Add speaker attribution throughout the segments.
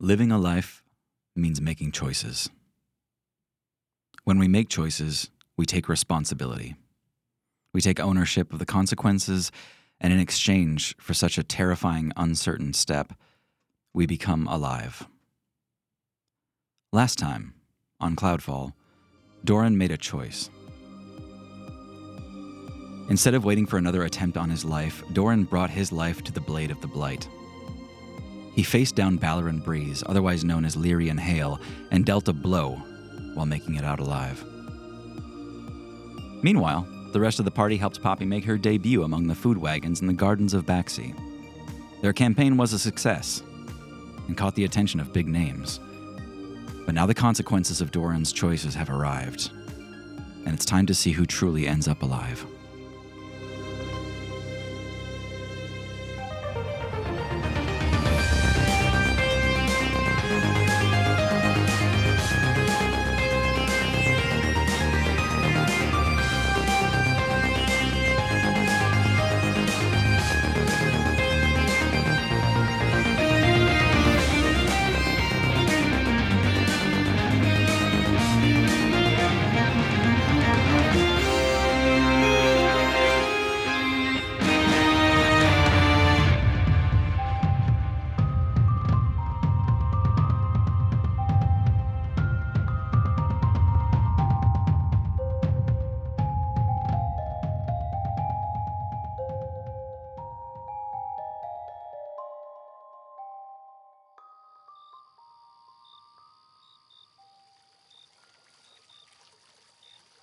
Speaker 1: Living a life means making choices. When we make choices, we take responsibility. We take ownership of the consequences, and in exchange for such a terrifying, uncertain step, we become alive. Last time, on Cloudfall, Doran made a choice. Instead of waiting for another attempt on his life, Doran brought his life to the blade of the Blight. He faced down Balaran Breeze, otherwise known as Lyrian Hail, and dealt a blow while making it out alive. Meanwhile, the rest of the party helped Poppy make her debut among the food wagons in the gardens of Baxi. Their campaign was a success and caught the attention of big names. But now the consequences of Doran's choices have arrived, and it's time to see who truly ends up alive.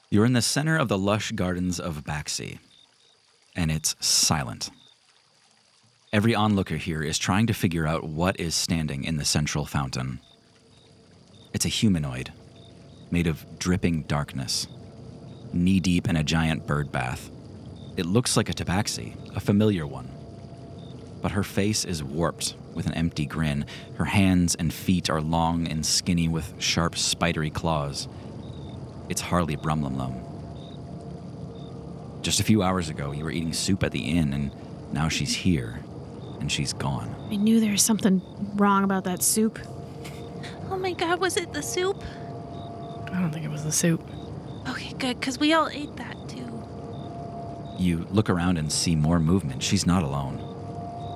Speaker 1: You're in the center of the lush gardens of Baxi, and it's silent. Every onlooker here is trying to figure out what is standing in the central fountain. It's a humanoid made of dripping darkness, knee deep in a giant bird bath. It looks like a tabaxi, a familiar one. But her face is warped with an empty grin. Her hands and feet are long and skinny with sharp, spidery claws it's Harley Brumlumlum. Just a few hours ago, you were eating soup at the inn, and now she's here, and she's gone.
Speaker 2: I knew there was something wrong about that soup.
Speaker 3: Oh my god, was it the soup?
Speaker 4: I don't think it was the soup.
Speaker 3: Okay, good, because we all ate that too.
Speaker 1: You look around and see more movement. She's not alone.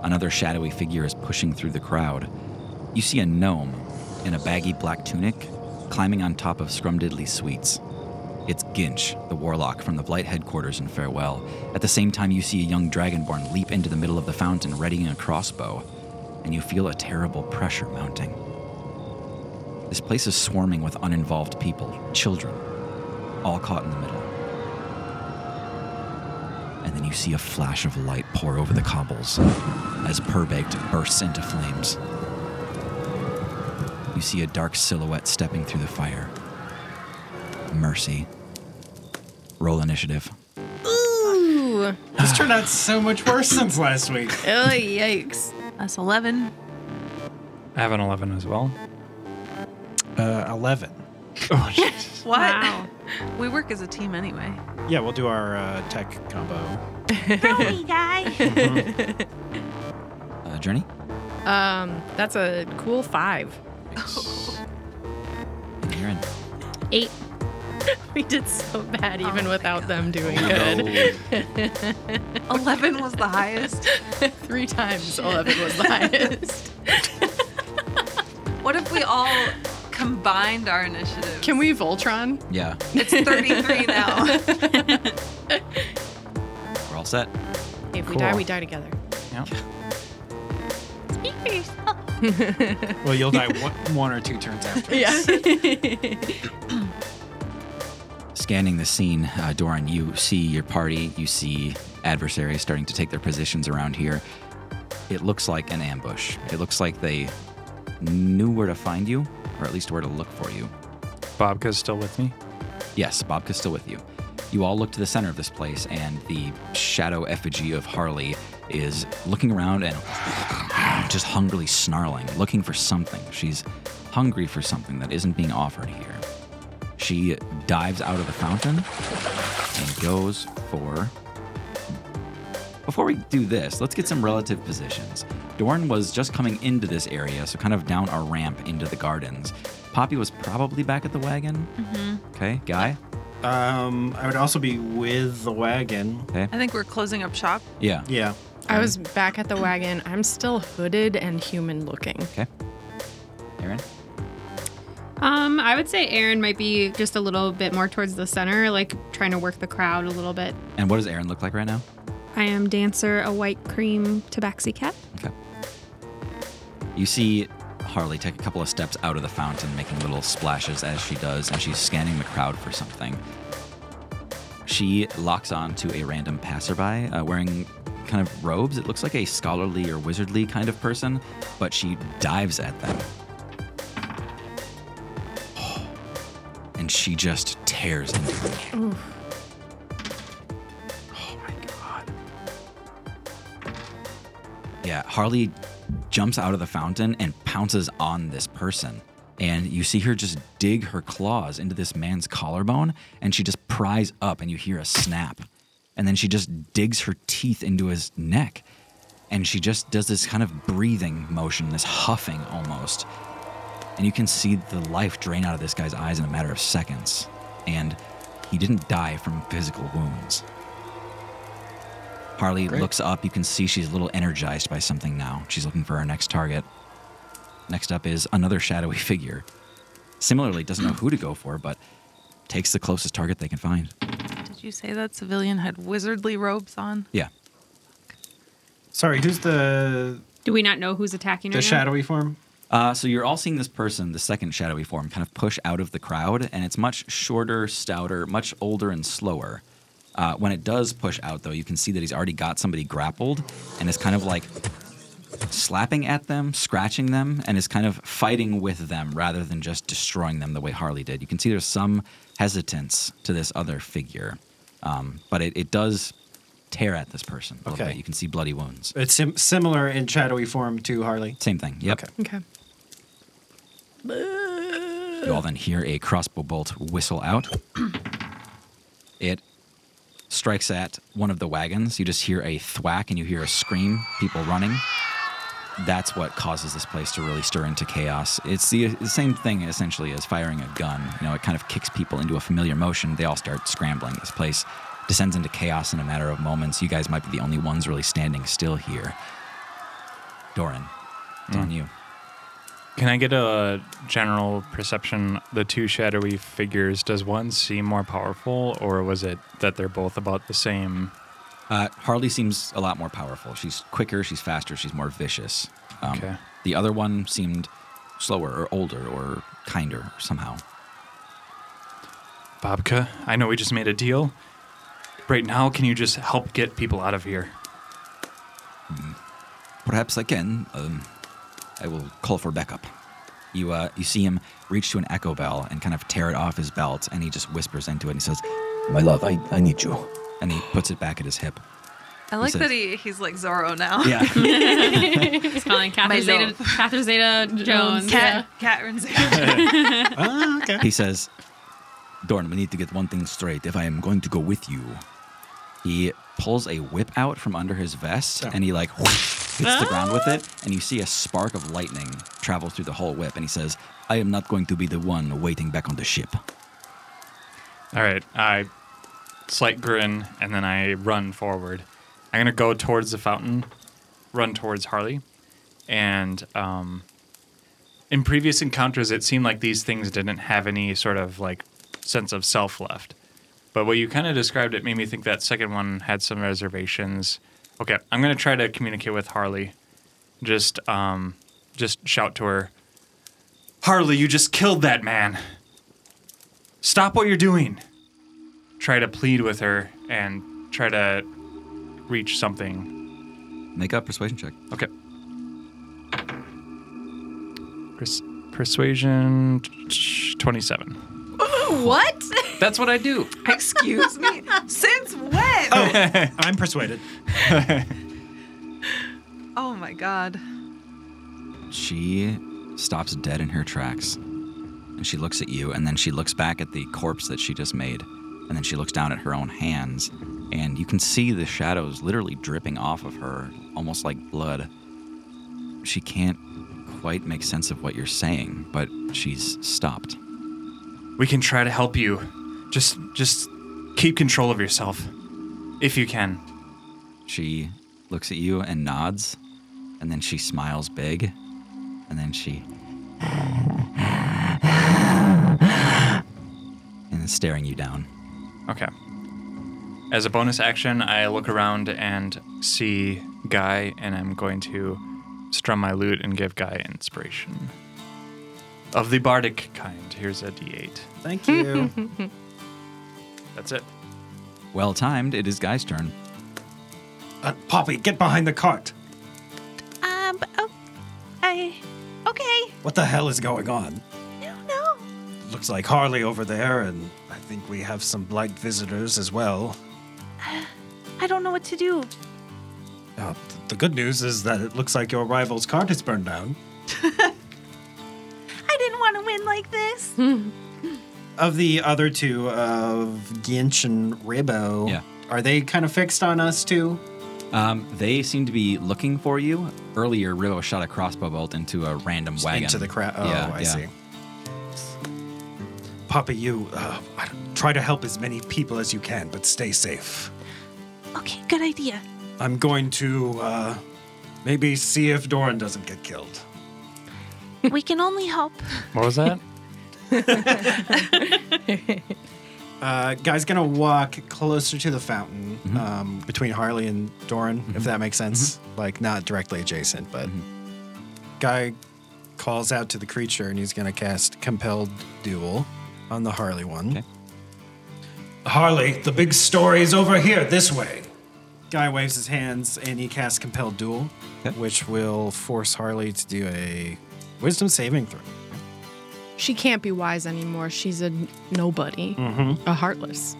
Speaker 1: Another shadowy figure is pushing through the crowd. You see a gnome in a baggy black tunic climbing on top of Scrumdiddley Sweets. It's Ginch, the warlock from the Blight headquarters in Farewell. At the same time, you see a young dragonborn leap into the middle of the fountain, readying a crossbow, and you feel a terrible pressure mounting. This place is swarming with uninvolved people, children, all caught in the middle. And then you see a flash of light pour over the cobbles as Purbaked bursts into flames. You see a dark silhouette stepping through the fire. Mercy. Roll initiative.
Speaker 4: Ooh. Oh,
Speaker 5: This turned out so much worse since last week.
Speaker 4: yikes.
Speaker 3: That's 11.
Speaker 6: I have an 11 as well.
Speaker 5: Uh, 11.
Speaker 6: Oh, jeez.
Speaker 3: What?
Speaker 2: Wow.
Speaker 3: we work as a team anyway.
Speaker 5: Yeah, we'll do our uh, tech combo.
Speaker 3: Brony guy.
Speaker 1: Uh, Journey?
Speaker 4: Um, that's a cool five.
Speaker 1: And You're in.
Speaker 4: Eight. we did so bad even
Speaker 3: my
Speaker 4: without them doing good.
Speaker 3: 11 was the highest.
Speaker 4: Three times 11 was the highest.
Speaker 3: What if we all combined our initiative?
Speaker 4: Can we Voltron?
Speaker 1: Yeah,
Speaker 3: It's 33 now.
Speaker 1: we're all set.
Speaker 4: If we
Speaker 6: Cool.
Speaker 4: die, we die together.
Speaker 6: Yeah.
Speaker 3: Speak for yourself.
Speaker 5: Well, you'll die one, one or two turns after.
Speaker 4: Yeah.
Speaker 1: Scanning the scene, uh, Doran, you see your party, you see adversaries starting to take their positions around here. It looks like an ambush. It looks like they knew where to find you, or at least where to look for you.
Speaker 6: Bobka's still with me.
Speaker 1: Yes, Bobka's still with you. You all look to the center of this place, and the shadow effigy of Harley is looking around and just hungrily snarling, looking for something. She's hungry for something that isn't being offered here. She dives out of the fountain and goes for. Before we do this, let's get some relative positions. Dorn was just coming into this area, so kind of down a ramp into the gardens. Poppy was probably back at the wagon. Okay, Guy?
Speaker 5: Um, I would also be with the wagon.
Speaker 3: I think we're closing up shop.
Speaker 1: Yeah.
Speaker 5: Yeah.
Speaker 4: I was back at the wagon. I'm still hooded and human looking.
Speaker 1: Okay. Aaron?
Speaker 7: Um, I would say Aaron might be just a little bit more towards the center, like trying to work the crowd a little bit.
Speaker 1: And what does Aaron look like right now?
Speaker 7: I am dancer, a white cream tabaxi cap.
Speaker 1: Okay. You see Harley take a couple of steps out of the fountain, making little splashes as she does, and she's scanning the crowd for something. She locks on to a random passerby uh, wearing kind of robes. It looks like a scholarly or wizardly kind of person, but she dives at them. And she just tears into them. Oh my god. Yeah, Harley jumps out of the fountain and pounces on this person. And you see her just dig her claws into this man's collarbone, and she just pries up, and you hear a snap. And then she just digs her teeth into his neck. And she just does this kind of breathing motion, this huffing almost. And you can see the life drain out of this guy's eyes in a matter of seconds. And he didn't die from physical wounds. Harley looks up. You can see she's a little energized by something now. She's looking for her next target. Next up is another shadowy figure. Similarly, doesn't know who to go for, but takes the closest target they can find.
Speaker 3: Did you say that civilian had wizardly robes on?
Speaker 1: Yeah.
Speaker 5: Sorry, who's the
Speaker 7: Do we not know who's attacking
Speaker 5: the
Speaker 7: right now?
Speaker 5: shadowy form?
Speaker 1: Uh, so you're all seeing this person, the second shadowy form, kind of push out of the crowd, and it's much shorter, stouter, much older, and slower. Uh, when it does push out, though, you can see that he's already got somebody grappled and is kind of like slapping at them, scratching them, and is kind of fighting with them rather than just destroying them the way Harley did. You can see there's some hesitance to this other figure, um, but it, it does tear at this person a little
Speaker 5: Okay.
Speaker 1: bit. You can see bloody wounds.
Speaker 5: It's sim- similar in shadowy form to Harley.
Speaker 1: Same thing. Yep.
Speaker 5: Okay.
Speaker 4: Okay.
Speaker 1: You all then hear a crossbow bolt whistle out. It strikes at one of the wagons. You just hear a thwack and you hear a scream, people running. That's what causes this place to really stir into chaos. It's the, the same thing essentially as firing a gun. You know, it kind of kicks people into a familiar motion. They all start scrambling. This place descends into chaos in a matter of moments. You guys might be the only ones really standing still here. Doran, it's on you.
Speaker 6: Can I get a general perception? The two shadowy figures, does one seem more powerful, or was it that they're both about the same?
Speaker 1: Uh, Harley seems a lot more powerful. She's quicker, she's faster, she's more vicious. Um,
Speaker 6: Okay.
Speaker 1: The other one seemed slower or older or kinder somehow.
Speaker 6: Bobka, I know we just made a deal. Right now, can you just help get people out of here?
Speaker 1: Perhaps I can. Um, I will call for backup. You, uh, you see him reach to an echo bell and kind of tear it off his belt, and he just whispers into it and he says,
Speaker 8: My love, I, I need you.
Speaker 1: and he puts it back at his hip.
Speaker 3: I like
Speaker 1: said-
Speaker 3: that he, he's like Zorro now.
Speaker 1: Yeah.
Speaker 7: It's calling
Speaker 3: My
Speaker 7: Catherine Zeta,
Speaker 3: love.
Speaker 7: Catherine Zeta Jones.
Speaker 3: Cat, Catherine Zeta.
Speaker 5: Ah, okay.
Speaker 1: he says, Dorn, we need to get one thing straight. If I am going to go with you, he pulls a whip out from under his vest and he like whoosh, hits the ground with it. And you see a spark of lightning travel through the whole whip. And he says, I am not going to be the one waiting back on the ship.
Speaker 6: All right, I slight grin and then I run forward. I'm gonna go towards the fountain, run towards Harley, and um, in previous encounters, it seemed like these things didn't have any sort of like sense of self left. But what you kind of described, it made me think that second one had some reservations. Okay, I'm gonna try to communicate with Harley. Just, um, just shout to her, Harley, you just killed that man. Stop what you're doing. Try to plead with her and try to reach something.
Speaker 1: Make a persuasion check.
Speaker 6: Okay. Pers- persuasion t- 27.
Speaker 4: What?
Speaker 6: That's what I do.
Speaker 3: Excuse me. Since when? Oh.
Speaker 5: I'm persuaded.
Speaker 3: Oh my god.
Speaker 1: She stops dead in her tracks. And she looks at you, and then she looks back at the corpse that she just made. And then she looks down at her own hands. And you can see the shadows literally dripping off of her, almost like blood. she can't quite make sense of what you're saying, but she's stopped.
Speaker 6: We can try to help you. Just just keep control of yourself if you can.
Speaker 1: She looks at you and nods, and then she smiles big, and then she. and is staring you down.
Speaker 6: Okay. As a bonus action, I look around and see Guy, and I'm going to strum my lute and give Guy inspiration. Of the bardic kind. Here's a d8.
Speaker 5: Thank you.
Speaker 6: That's it.
Speaker 1: Well timed, it is Guy's turn.
Speaker 5: uh, Poppy, get behind the cart.
Speaker 3: Um. Oh, I. Okay.
Speaker 5: What the hell is going on?
Speaker 3: No, no.
Speaker 5: Looks like Harley over there, and I think we have some blight visitors as well.
Speaker 3: I don't know what to do.
Speaker 5: Uh, th- the good news is that it looks like your rival's cart has burned down.
Speaker 3: I didn't want to win like this.
Speaker 5: Of the other two, of Ginch and Ribbo,
Speaker 1: Yeah.
Speaker 5: are they kind of fixed on us too?
Speaker 1: Um, they seem to be looking for you. Earlier, Rivo shot a crossbow bolt into a random wagon.
Speaker 5: Into the crowd. Oh,
Speaker 1: Yeah,
Speaker 5: I
Speaker 1: yeah.
Speaker 5: see. Papa, you uh, I- try to help as many people as you can, but stay safe.
Speaker 3: Okay, good idea.
Speaker 5: I'm going to uh, maybe see if Doran doesn't get killed.
Speaker 3: We can only hope.
Speaker 6: What was that?
Speaker 5: Uh, guy's gonna walk closer to the fountain,
Speaker 1: Mm-hmm.
Speaker 5: um, between Harley and Doran, if that makes sense.
Speaker 1: Mm-hmm.
Speaker 5: Like not directly adjacent, but guy calls out to the creature, and he's gonna cast compelled duel on the Harley one.
Speaker 1: Okay.
Speaker 5: Harley, the big story's over here, this way. Guy waves his hands, and he casts compelled duel,
Speaker 1: Okay.
Speaker 5: which will force Harley to do a wisdom saving throw.
Speaker 4: She can't be wise anymore. She's a nobody, a heartless.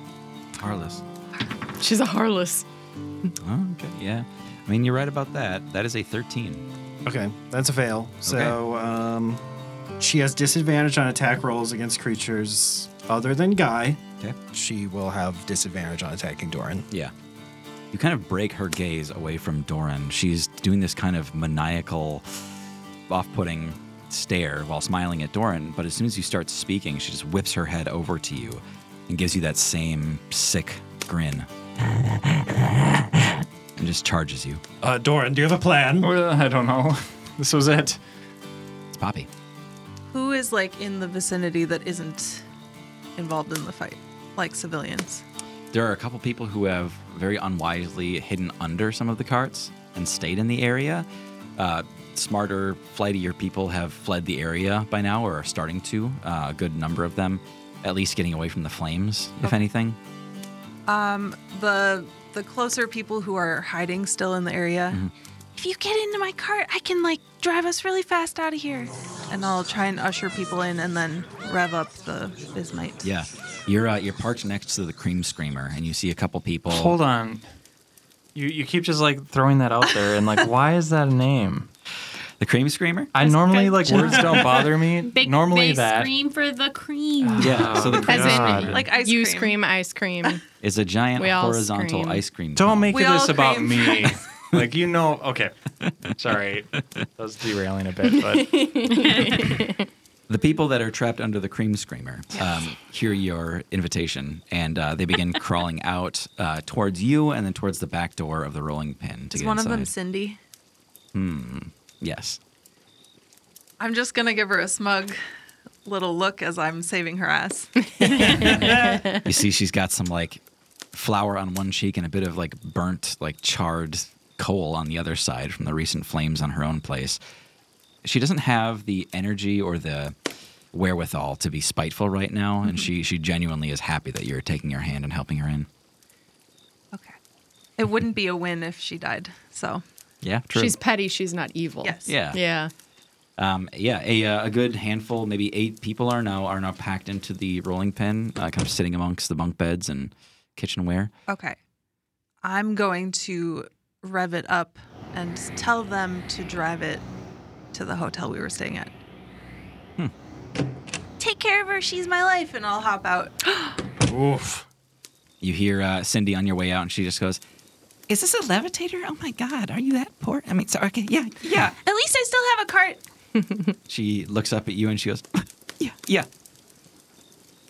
Speaker 1: Harless.
Speaker 4: She's a heartless.
Speaker 1: Oh, okay, yeah. I mean, you're right about that. That is a 13.
Speaker 5: Okay, that's a fail. So um, she has disadvantage on attack rolls against creatures other than Guy.
Speaker 1: Okay.
Speaker 5: She will have disadvantage on attacking Doran.
Speaker 1: Yeah. You kind of break her gaze away from Doran. She's doing this kind of maniacal, off putting stare while smiling at Doran, but as soon as you start speaking, she just whips her head over to you and gives you that same sick grin and just charges you.
Speaker 5: Uh, Doran, do you have a plan?
Speaker 6: Well, I don't know. This was it.
Speaker 1: It's Poppy.
Speaker 3: Who is like in the vicinity that isn't involved in the fight? Like civilians.
Speaker 1: There are a couple people who have very unwisely hidden under some of the carts and stayed in the area. Uh, smarter, flightier people have fled the area by now or are starting to. Uh, a good number of them, at least getting away from the flames, if anything.
Speaker 3: The the closer people who are hiding still in the area.
Speaker 1: Mm-hmm.
Speaker 3: If you get into my cart, I can like drive us really fast out of here. And I'll try and usher people in and then rev up the bismite.
Speaker 1: Yeah. You're, uh, you're parked next to the cream screamer and you see a couple people.
Speaker 6: Hold on. You you keep just like throwing that out there, and like, why is that a name?
Speaker 1: The cream screamer?
Speaker 6: I normally like words don't bother me.
Speaker 7: Big,
Speaker 6: normally
Speaker 7: big
Speaker 6: that
Speaker 7: scream for the cream.
Speaker 1: Yeah. So the cream
Speaker 4: As in,
Speaker 6: God.
Speaker 3: Like ice
Speaker 4: you
Speaker 3: cream.
Speaker 4: scream, ice cream.
Speaker 1: is a giant
Speaker 4: We all
Speaker 1: horizontal
Speaker 4: scream.
Speaker 1: ice cream.
Speaker 6: Don't
Speaker 1: cone.
Speaker 6: make
Speaker 3: We
Speaker 6: it this
Speaker 3: all
Speaker 6: about
Speaker 3: cream
Speaker 6: me. like you know, okay. Sorry, that was derailing a bit, but
Speaker 1: The people that are trapped under the cream screamer um, hear your invitation and uh, they begin crawling out uh, towards you and then towards the back door of the rolling pin to
Speaker 3: Is
Speaker 1: get
Speaker 3: one
Speaker 1: inside.
Speaker 3: of them Cindy?
Speaker 1: yes.
Speaker 3: I'm just gonna give her a smug little look as I'm saving her ass.
Speaker 1: You see, she's got some like flour on one cheek and a bit of like burnt, like charred coal on the other side from the recent flames on her own place. She doesn't have the energy or the wherewithal to be spiteful right now,
Speaker 3: Mm-hmm.
Speaker 1: and she she genuinely is happy that you're taking her hand and helping her in.
Speaker 3: Okay. It wouldn't be a win if she died. So
Speaker 1: Yeah, true.
Speaker 4: She's petty. She's not evil.
Speaker 3: yes.
Speaker 1: yeah.
Speaker 4: Yeah.
Speaker 1: Um, yeah, a, uh, a good handful, maybe eight people are now are now packed into the rolling pin, uh, kind of sitting amongst the bunk beds and kitchenware.
Speaker 3: Okay. I'm going to rev it up and tell them to drive it to the hotel we were staying at. Take care of her. She's my life, and I'll hop out.
Speaker 5: Oof.
Speaker 1: You hear uh, Cindy on your way out, and she just goes, Is this a levitator? Oh my God, are you that poor? I mean, sorry, okay, yeah, yeah.
Speaker 3: At least I still have a cart.
Speaker 1: She looks up at you and she goes, Yeah, yeah.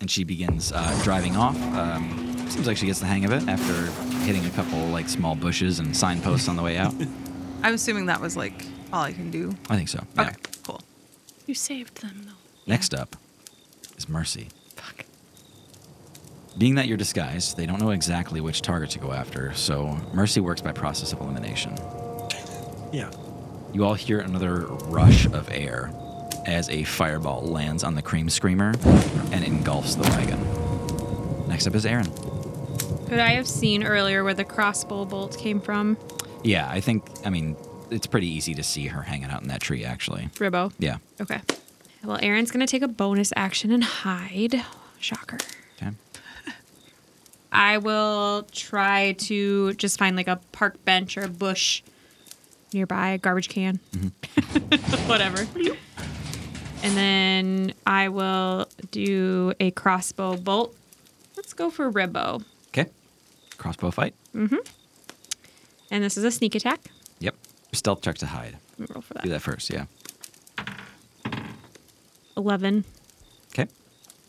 Speaker 1: And she begins uh, driving off. Um, seems like she gets the hang of it after hitting a couple like small bushes and signposts on the way out.
Speaker 3: I'm assuming that was like all I can do.
Speaker 1: I think so. Yeah.
Speaker 3: Okay, cool.
Speaker 4: You saved them though.
Speaker 1: Next up is Mercy.
Speaker 4: Fuck.
Speaker 1: Being that you're disguised, they don't know exactly which target to go after, so Mercy works by process of elimination.
Speaker 5: Yeah.
Speaker 1: You all hear another rush of air as a fireball lands on the cream screamer and engulfs the wagon. Next up is Aaron.
Speaker 7: Could I have seen earlier where the crossbow bolt came from?
Speaker 1: Yeah, I think, I mean, it's pretty easy to see her hanging out in that tree, actually.
Speaker 7: Ribbo.
Speaker 1: Yeah.
Speaker 7: Okay. Well, Aaron's gonna take a bonus action and hide. Shocker.
Speaker 1: Okay.
Speaker 7: I will try to just find like a park bench or a bush nearby, a garbage can, whatever. And then I will do a crossbow bolt. Let's go for Ribbo.
Speaker 1: Okay. Crossbow fight.
Speaker 7: And this is a sneak attack.
Speaker 1: Yep. Stealth check to hide.
Speaker 7: Let me Roll for
Speaker 1: Do
Speaker 7: that.
Speaker 1: that first, yeah.
Speaker 7: 11.
Speaker 1: Okay.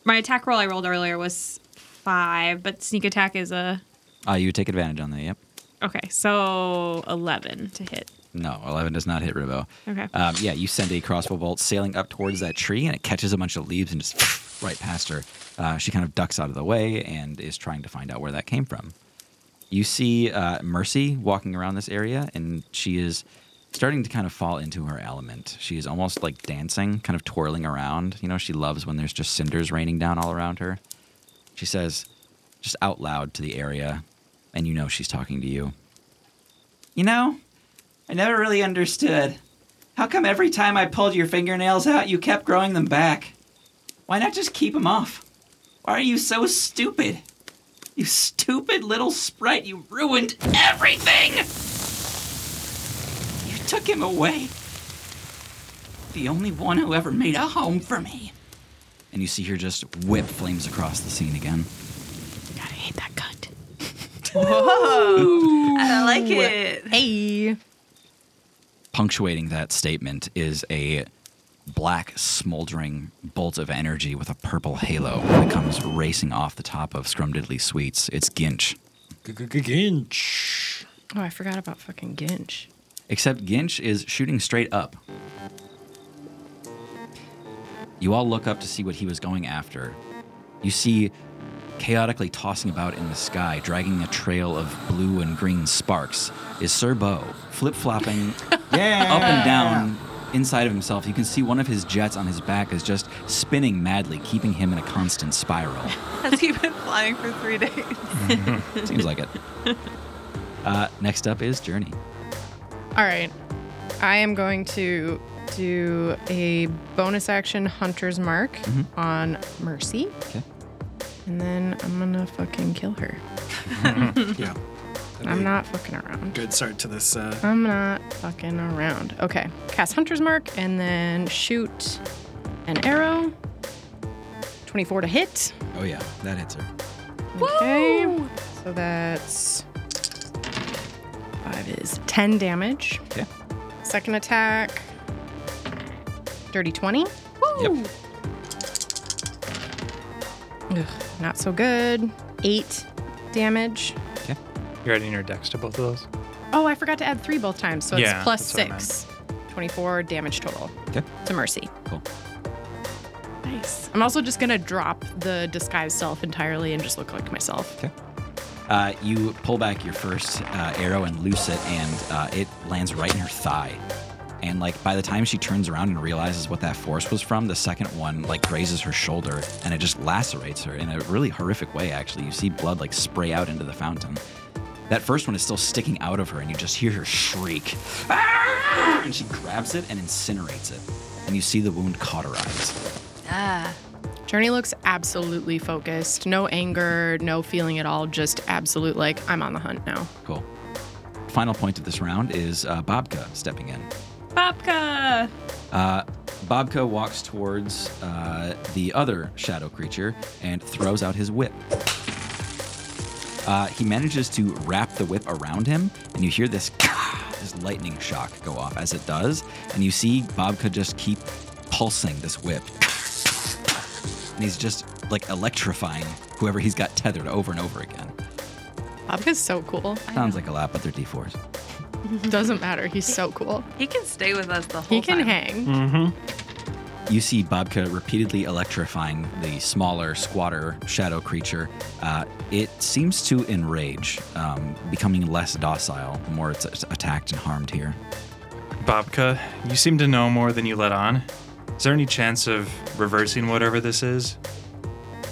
Speaker 7: My attack roll I rolled earlier was five, but sneak attack is a.
Speaker 1: Uh, you take advantage on that, yep.
Speaker 7: Okay, so 11 to hit.
Speaker 1: No, 11 does not hit Ribo.
Speaker 7: Okay.
Speaker 1: Um, yeah, you send a crossbow bolt sailing up towards that tree, and it catches a bunch of leaves and just right past her. Uh, she kind of ducks out of the way and is trying to find out where that came from. You see uh, Mercy walking around this area, and she is starting to kind of fall into her element. She is almost like dancing, kind of twirling around. You know, she loves when there's just cinders raining down all around her. She says, just out loud to the area, and you know she's talking to you. You know, I never really understood. How come every time I pulled your fingernails out, you kept growing them back? Why not just keep them off? Why are you so stupid? You stupid little sprite, you ruined everything! You took him away. The only one who ever made a home for me. And you see her just whip flames across the scene again.
Speaker 2: God, I hate that cunt.
Speaker 3: I like it.
Speaker 4: Hey.
Speaker 1: punctuating that statement is a black smoldering bolt of energy with a purple halo that comes racing off the top of Scrumdiddly Sweets. It's Ginch.
Speaker 5: Ginch.
Speaker 4: Oh, I forgot about fucking Ginch.
Speaker 1: Except Ginch is shooting straight up. You all look up to see what he was going after. You see chaotically tossing about in the sky, dragging a trail of blue and green sparks, is Sir Bo, flip-flopping
Speaker 5: Yeah.
Speaker 1: up and down inside of himself. You can see one of his jets on his back is just spinning madly, keeping him in a constant spiral.
Speaker 3: Has he been flying for three days?
Speaker 1: Seems like it. Uh, next up is Journey.
Speaker 4: All right. I am going to do a bonus action Hunter's Mark on Mercy.
Speaker 1: Okay.
Speaker 4: And then I'm going to fucking kill her.
Speaker 5: Yeah.
Speaker 4: I'm not fucking around.
Speaker 5: Good start to this. Uh,
Speaker 4: I'm not fucking around. Okay. Cast Hunter's Mark and then shoot an arrow. 24 to hit.
Speaker 1: Oh yeah, that hits her.
Speaker 4: Okay. So that's five is 10 damage.
Speaker 1: Okay.
Speaker 4: Second attack, dirty 20.
Speaker 1: Yep.
Speaker 4: Ugh, not so good. Eight damage.
Speaker 6: You're adding your dex to both of those.
Speaker 4: Oh, I forgot to add three both times, so it's
Speaker 6: Yeah,
Speaker 4: plus
Speaker 6: that's what I
Speaker 4: six. 24 damage total
Speaker 1: Okay.
Speaker 4: to Mercy.
Speaker 1: Cool.
Speaker 4: Nice. I'm also just going to drop the disguise self entirely and just look like myself.
Speaker 1: Uh, you pull back your first uh, arrow and loose it, and uh, it lands right in her thigh. And like by the time she turns around and realizes what that force was from, the second one like grazes her shoulder, and it just lacerates her in a really horrific way. Actually, you see blood like spray out into the fountain. That first one is still sticking out of her, and you just hear her shriek. "Ah!" And she grabs it and incinerates it, and you see the wound cauterize.
Speaker 3: Ah,
Speaker 4: Journey looks absolutely focused. No anger, no feeling at all. Just absolute, like, I'm on the hunt now.
Speaker 1: Cool. Final point of this round is uh, Bobka stepping in.
Speaker 7: Popka!
Speaker 1: Uh, Bobka walks towards uh, the other shadow creature and throws out his whip. Uh, he manages to wrap the whip around him, and you hear this this lightning shock go off as it does, and you see Bobka just keep pulsing this whip, and he's just like electrifying whoever he's got tethered over and over again.
Speaker 4: Bobka's so cool.
Speaker 1: Sounds like a lot, but they're d4s.
Speaker 4: Doesn't matter. He's so cool.
Speaker 3: He can stay with us the whole
Speaker 4: He can
Speaker 3: time.
Speaker 4: hang.
Speaker 6: Mm-hmm.
Speaker 1: You see Babka repeatedly electrifying the smaller, squatter shadow creature. Uh, it seems to enrage, um, becoming less docile the more it's attacked and harmed here.
Speaker 6: Babka, you seem to know more than you let on. Is there any chance of reversing whatever this is?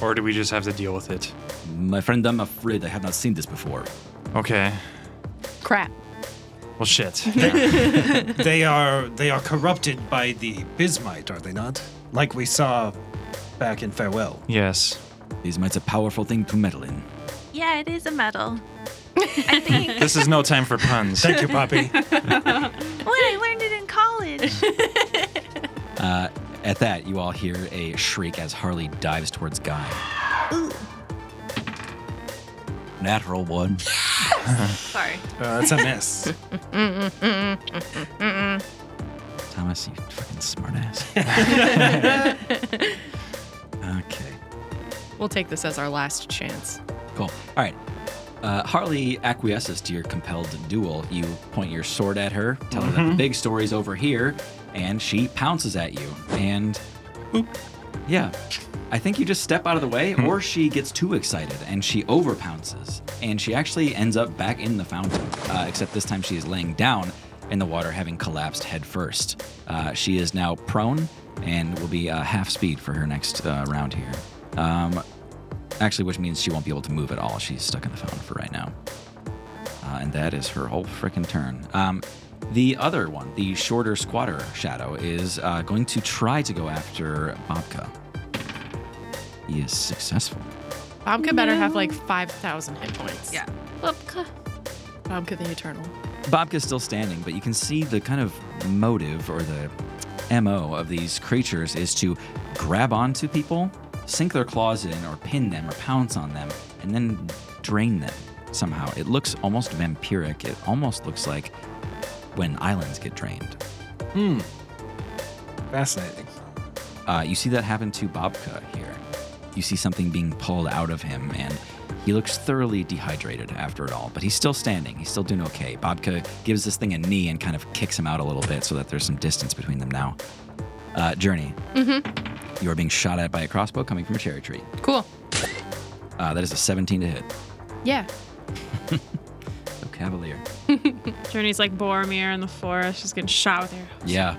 Speaker 6: Or do we just have to deal with it?
Speaker 1: My friend, I'm afraid I have not seen this before.
Speaker 6: Okay.
Speaker 4: Crap.
Speaker 6: Well, shit.
Speaker 5: they are they are corrupted by the bismite, are they not? Like we saw back in Farewell.
Speaker 6: yes.
Speaker 1: These mites a powerful thing to meddle in.
Speaker 3: Yeah, it is a medal.
Speaker 6: This is no time for puns.
Speaker 5: Thank you, Poppy.
Speaker 3: What? I learned it in college.
Speaker 1: At that, you all hear a shriek as Harley dives towards Guy. Natural one.
Speaker 3: Sorry.
Speaker 5: Uh, that's a miss.
Speaker 1: Thomas, you fucking smartass. okay.
Speaker 4: We'll take this as our last chance.
Speaker 1: Cool. All right. Uh, Harley acquiesces to your compelled duel. You point your sword at her, tell her that the big story's over here, and she pounces at you. And yeah, I think you just step out of the way, or she gets too excited and she overpounces, and she actually ends up back in the fountain. Uh, except this time she is laying down in the water, having collapsed head first. Uh, she is now prone and will be uh, half speed for her next uh, round here. Um, Actually, which means she won't be able to move at all. She's stuck in the fountain for right now. Uh, and that is her whole freaking turn. Um, the other one, the shorter squatter shadow, is uh, going to try to go after Bobka. He is successful.
Speaker 4: Bobka better have like 5,000 hit points.
Speaker 3: Yeah.
Speaker 4: Bobka the Eternal.
Speaker 1: Bobka's still standing, but you can see the kind of motive or the MO of these creatures is to grab onto people, sink their claws in, or pin them, or pounce on them, and then drain them somehow. It looks almost vampiric. It almost looks like when islands get drained.
Speaker 5: Fascinating.
Speaker 1: Uh, you see that happen to Bobka here. You see something being pulled out of him, and he looks thoroughly dehydrated after it all, but he's still standing. He's still doing okay. Bobka gives this thing a knee and kind of kicks him out a little bit so that there's some distance between them now. Uh, Journey. You are being shot at by a crossbow coming from a cherry tree.
Speaker 4: Cool.
Speaker 1: Uh, that is a 17 to hit.
Speaker 4: Yeah.
Speaker 1: So cavalier.
Speaker 7: Journey's like Boromir in the forest, just getting shot with her.
Speaker 1: Yeah.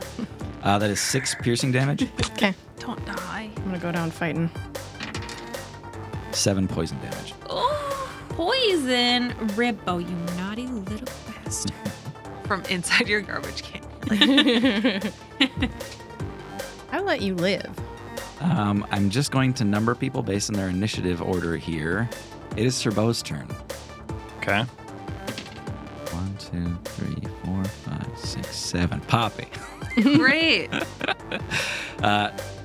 Speaker 1: Uh, that is six piercing damage,
Speaker 4: Okay.
Speaker 3: Don't die.
Speaker 4: I'm going to go down fighting.
Speaker 1: seven poison damage.
Speaker 7: Oh, poison
Speaker 3: Oh,
Speaker 7: Ribbo, you naughty little bastard.
Speaker 3: From inside your garbage can.
Speaker 4: I'll let you live.
Speaker 1: Um, I'm just going to number people based on their initiative order here. It is Serbo's turn.
Speaker 6: Okay.
Speaker 1: One, two, three, four, five, six, seven. Poppy.
Speaker 3: Great.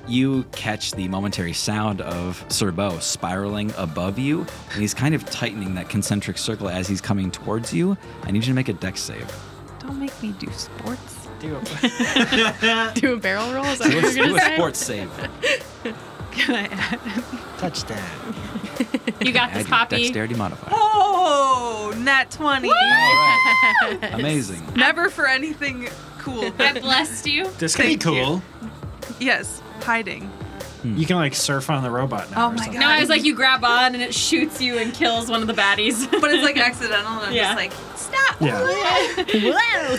Speaker 1: You catch the momentary sound of Serbo spiraling above you, and he's kind of tightening that concentric circle as he's coming towards you. I need you to make a dex save.
Speaker 3: Don't make me do sports.
Speaker 4: Do a barrel roll? Is that
Speaker 1: Do
Speaker 4: what
Speaker 1: a,
Speaker 4: you're
Speaker 1: do
Speaker 4: going
Speaker 1: a
Speaker 4: to say?
Speaker 1: sports save.
Speaker 3: Can I add?
Speaker 5: Touchdown.
Speaker 7: You got
Speaker 1: Add
Speaker 7: this,
Speaker 1: your
Speaker 7: Poppy.
Speaker 1: dexterity modifier.
Speaker 3: Oh, nat 20.
Speaker 1: Amazing.
Speaker 3: Never for anything cool.
Speaker 7: I blessed you.
Speaker 5: This could be
Speaker 3: Thank you.
Speaker 5: cool.
Speaker 3: yes, hiding.
Speaker 5: You. can like surf on the robot now.
Speaker 3: Oh
Speaker 5: or
Speaker 3: my
Speaker 5: something.
Speaker 7: No, I was like, you grab on and it shoots you and kills one of the baddies.
Speaker 3: But it's like accidental, and I'm
Speaker 7: Yeah.
Speaker 3: just like, stop.
Speaker 5: Yeah.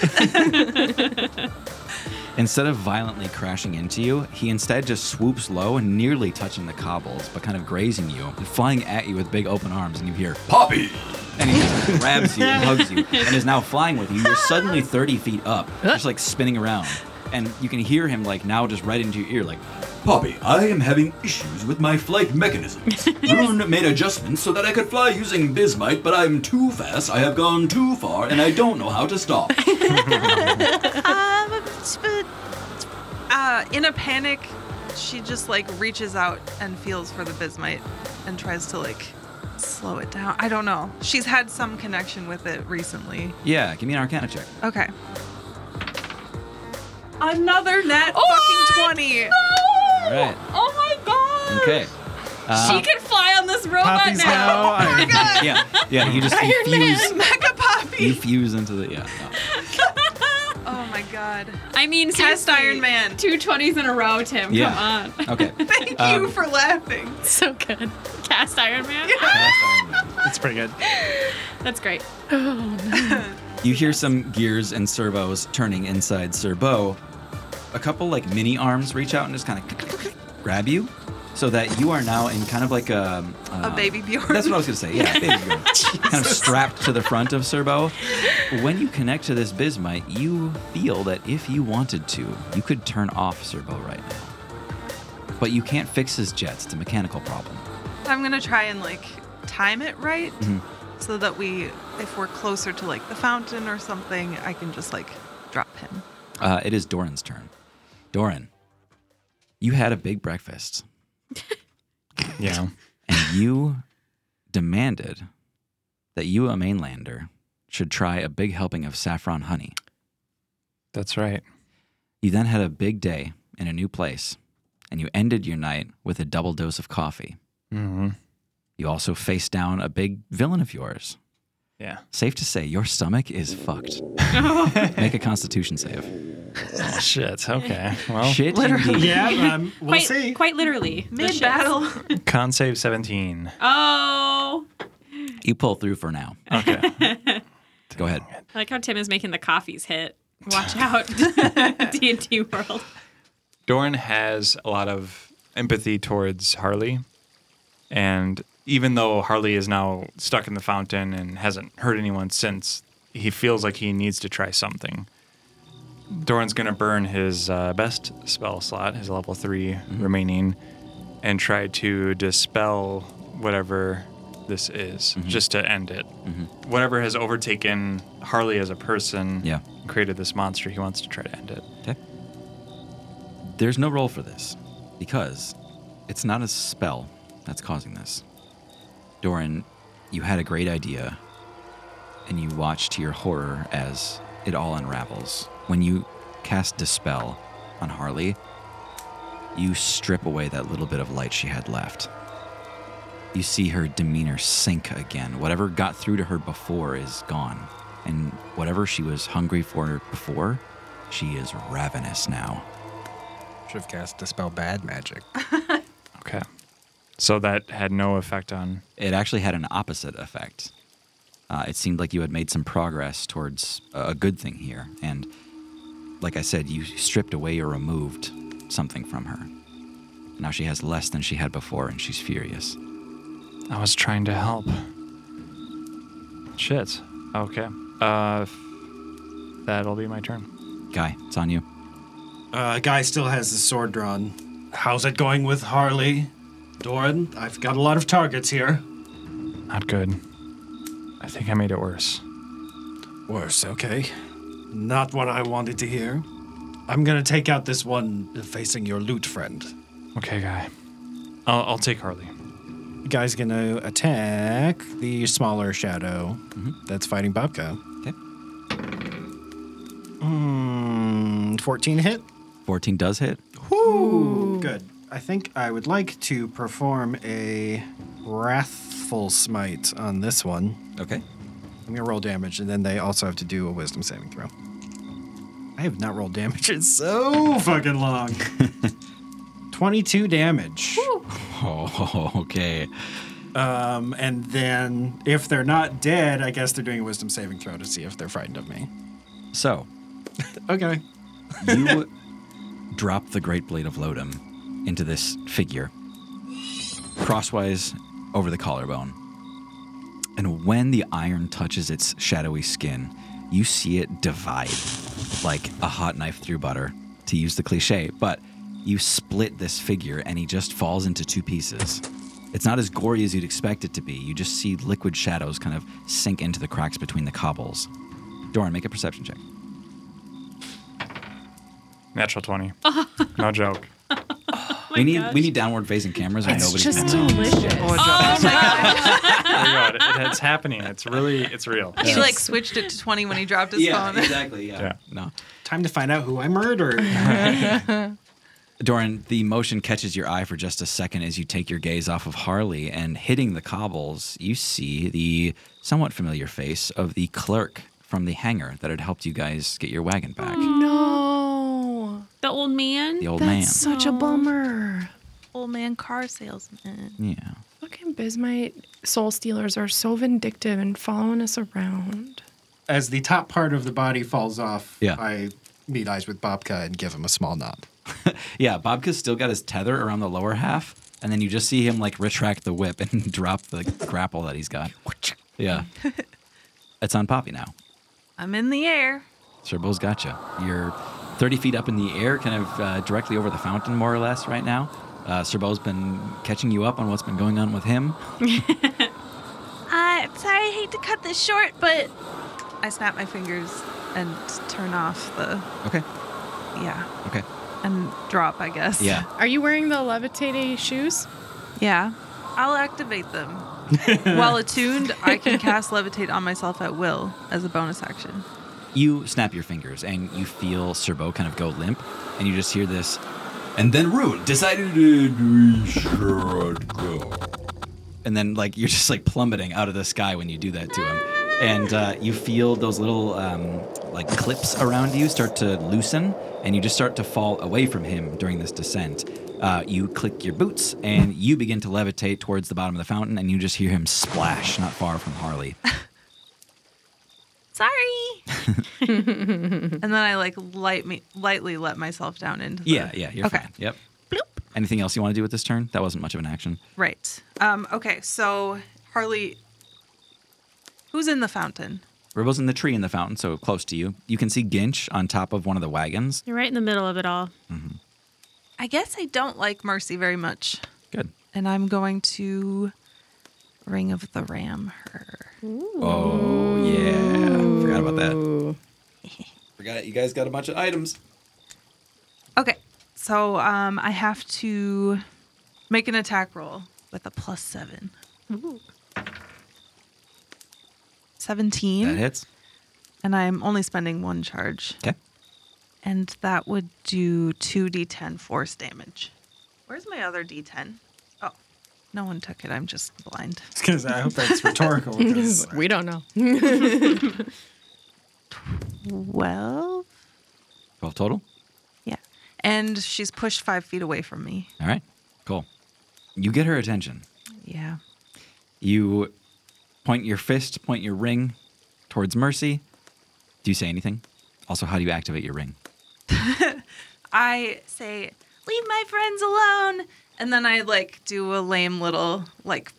Speaker 1: Instead of violently crashing into you, he instead just swoops low and nearly touching the cobbles, but kind of grazing you, flying at you with big open arms, and you hear, Poppy! And he just grabs you and hugs you, and is now flying with you. You're suddenly 30 feet up, just like spinning around. And you can hear him, like, now just right into your ear, like,
Speaker 9: Poppy, I am having issues with my flight mechanisms. Rune made adjustments so that I could fly using Bismite, but I'm too fast, I have gone too far, and I don't know how to stop.
Speaker 3: Um, sp- uh, in a panic, she just like reaches out and feels for the bismite and tries to like slow it down. I don't know. She's had some connection with it recently.
Speaker 1: Yeah, give me an Arcana check.
Speaker 3: Okay. Another net fucking 20.
Speaker 1: All right.
Speaker 7: Oh my god!
Speaker 1: Okay. Uh,
Speaker 7: She can fly on this robot
Speaker 5: Poppy's now. Iron.
Speaker 1: yeah, yeah. You just you fuse,
Speaker 3: Mega
Speaker 1: you
Speaker 3: Poppy.
Speaker 1: fuse into the yeah. no.
Speaker 3: Oh my god.
Speaker 7: I mean,
Speaker 3: Cast
Speaker 7: seriously,
Speaker 3: Iron Man.
Speaker 7: Two 20s in a row, Tim.
Speaker 1: Yeah.
Speaker 7: Come on.
Speaker 1: Okay.
Speaker 3: Thank you
Speaker 1: Um,
Speaker 3: for laughing.
Speaker 7: So good. Cast Iron Man?
Speaker 5: That's pretty good.
Speaker 7: That's great.
Speaker 1: You hear some gears and servos turning inside Serbo. A couple like mini arms reach out and just kind of grab you, so that you are now in kind of like a
Speaker 3: A
Speaker 1: um,
Speaker 3: baby Bjorn.
Speaker 1: That's what I was gonna say. Yeah, baby Bjorn. kind of strapped to the front of Serbo. When you connect to this bismite, you feel that if you wanted to, you could turn off Serbo right now. But you can't fix his jets. It's a mechanical problem.
Speaker 3: I'm gonna try and like time it right
Speaker 1: Mm-hmm.
Speaker 3: so that we if we're closer to like the fountain or something, I can just like drop him.
Speaker 1: Uh, it is Doran's turn. Doran, you had a big breakfast.
Speaker 6: Yeah.
Speaker 1: and you demanded that you, a mainlander, should try a big helping of saffron honey.
Speaker 6: That's right.
Speaker 1: You then had a big day in a new place, and you ended your night with a double dose of coffee.
Speaker 6: hmm
Speaker 1: You also faced down a big villain of yours.
Speaker 6: Yeah.
Speaker 1: Safe to say, your stomach is fucked. Make a constitution save.
Speaker 6: Oh, shit. Okay. Well,
Speaker 1: Shit.
Speaker 3: Literally.
Speaker 1: indeed.
Speaker 5: Yeah, um, we'll
Speaker 7: quite,
Speaker 5: see.
Speaker 7: quite literally. The
Speaker 3: Mid
Speaker 7: shits.
Speaker 3: battle.
Speaker 6: con save 17.
Speaker 7: Oh.
Speaker 1: You pull through for now.
Speaker 6: Okay.
Speaker 1: Go ahead.
Speaker 7: I like how Tim is making the coffees hit. Watch out, D&D world.
Speaker 6: Doran has a lot of empathy towards Harley. And even though Harley is now stuck in the fountain and hasn't hurt anyone since, he feels like he needs to try something. Doran's going to burn his uh, best spell slot, his level 3 remaining, and try to dispel whatever this is, just to end it. Whatever has overtaken Harley as a person,
Speaker 1: Yeah.
Speaker 6: created this monster, he wants to try to end it.
Speaker 1: Okay. There's no role for this because it's not a spell that's causing this. Doran, you had a great idea and you watch to your horror as it all unravels. When you cast Dispel on Harley, you strip away that little bit of light she had left. You see her demeanor sink again. Whatever got through to her before is gone. And whatever she was hungry for before, she is ravenous now.
Speaker 5: Should have cast dispel bad magic.
Speaker 6: Okay. So that had no effect on.
Speaker 1: It actually had an opposite effect. Uh, it seemed like you had made some progress towards a a good thing here. And like I said, you stripped away or removed something from her. Now she has less than she had before, and she's furious.
Speaker 6: I was trying to help. Shit. Okay. Uh, that'll be my turn.
Speaker 1: Guy, it's on you.
Speaker 5: Uh, guy still has his sword drawn. How's it going with Harley? Doran, I've got a lot of targets here.
Speaker 6: Not good. I think I made it worse.
Speaker 5: Worse, okay. Not what I wanted to hear. I'm gonna take out this one facing your loot friend.
Speaker 6: Okay, guy. I'll, I'll take Harley.
Speaker 5: Guy's gonna attack the smaller shadow that's fighting Babka.
Speaker 1: Okay.
Speaker 5: Mm, 14 hit.
Speaker 1: 14 does hit.
Speaker 5: Good. I think I would like to perform a wrathful smite on this one.
Speaker 1: Okay.
Speaker 5: I'm gonna roll damage, and then they also have to do a wisdom saving throw. I have not rolled damage in so fucking long. 22 damage.
Speaker 1: Oh, okay.
Speaker 5: Um, and then if they're not dead, I guess they're doing a wisdom saving throw to see if they're frightened of me.
Speaker 1: So,
Speaker 5: Okay.
Speaker 1: you drop the great blade of Lodum into this figure, crosswise over the collarbone. And when the iron touches its shadowy skin, you see it divide like a hot knife through butter, to use the cliche. But you split this figure and he just falls into two pieces. It's not as gory as you'd expect it to be. You just see liquid shadows kind of sink into the cracks between the cobbles. Doran, make a perception check.
Speaker 6: Natural 20. no joke.
Speaker 1: we need we need downward facing cameras and nobody's
Speaker 4: Just delicious.
Speaker 7: Oh, my God.
Speaker 6: there you go. It- it's happening. It's really, it's real.
Speaker 3: He like switched it to 20 when he dropped his
Speaker 9: yeah,
Speaker 3: phone.
Speaker 9: exactly. Yeah.
Speaker 6: Yeah.
Speaker 1: No.
Speaker 5: Time to find out who I murdered.
Speaker 1: Doran, the motion catches your eye for just a second as you take your gaze off of Harley and hitting the cobbles, you see the somewhat familiar face of the clerk from the hangar that had helped you guys get your wagon back.
Speaker 4: No.
Speaker 7: The old man.
Speaker 1: The old
Speaker 4: Oh, That's
Speaker 1: Oh, man.
Speaker 4: such a bummer.
Speaker 3: Old man car salesman.
Speaker 1: yeah.
Speaker 4: Fucking Bismite soul stealers are so vindictive and following us around.
Speaker 5: As the top part of the body falls off,
Speaker 1: Yeah.
Speaker 5: I meet eyes with Bobka and give him a small nod.
Speaker 1: Yeah, Bobka's still got his tether around the lower half, and then you just see him like retract the whip and drop the grapple that he's got. Yeah. it's on Poppy now.
Speaker 3: I'm in the air.
Speaker 1: Sir Bull's gotcha. You're 30 feet up in the air, kind of uh, directly over the fountain, more or less, right now. Uh, Sir Bull's been catching you up on what's been going on with him.
Speaker 3: I'm sorry, I hate to cut this short, but I snap my fingers and turn off the
Speaker 1: Okay.
Speaker 3: yeah
Speaker 1: Okay.
Speaker 3: and drop. I guess.
Speaker 1: Yeah.
Speaker 4: Are you wearing the levitating shoes?
Speaker 3: Yeah. I'll activate them. While attuned, I can cast levitate on myself at will as a bonus action.
Speaker 1: You snap your fingers and you feel Sir Bo kind of go limp, and you just hear this.
Speaker 9: And then Rune decided we should go.
Speaker 1: and then like you're just like plummeting out of the sky when you do that to him and uh, you feel those little um, like clips around you start to loosen and you just start to fall away from him during this descent uh, you click your boots and you begin to levitate towards the bottom of the fountain and you just hear him splash not far from harley
Speaker 3: Sorry. and then I like light me lightly let myself down into the
Speaker 1: yeah yeah you're
Speaker 3: Okay.
Speaker 1: fine yep
Speaker 3: Bloop.
Speaker 1: anything else you want to do with this turn that wasn't much of an action
Speaker 3: Right. Um, okay, so Harley Who's in the fountain?
Speaker 1: Rebel's in the tree in the fountain, so close to you. You can see Ginch on top of one of the wagons.
Speaker 7: You're right in the middle of it all.
Speaker 3: I guess I don't like Mercy very much.
Speaker 1: Good.
Speaker 3: And I'm going to Ring of the Ram her.
Speaker 1: Oh, yeah. Forgot about that.
Speaker 4: Ooh.
Speaker 9: Forgot it. You guys got a bunch of items.
Speaker 3: Okay. So um, I have to make an attack roll with a plus seven. 17.
Speaker 1: That hits.
Speaker 3: And I'm only spending one charge.
Speaker 1: Okay.
Speaker 3: And that would do 2d10 force damage. Where's my other d10? Oh, no one took it. I'm just blind.
Speaker 5: Because I hope that's rhetorical. 'cause
Speaker 4: We don't know.
Speaker 3: 12?
Speaker 1: 12 total.
Speaker 3: Yeah. And she's pushed five feet away from me.
Speaker 1: All right, cool. You get her attention.
Speaker 3: Yeah.
Speaker 1: You point your fist, point your ring towards Mercy. Do you say anything? Also, how do you activate your ring?
Speaker 3: I say, "Leave my friends alone," and then I like do a lame little like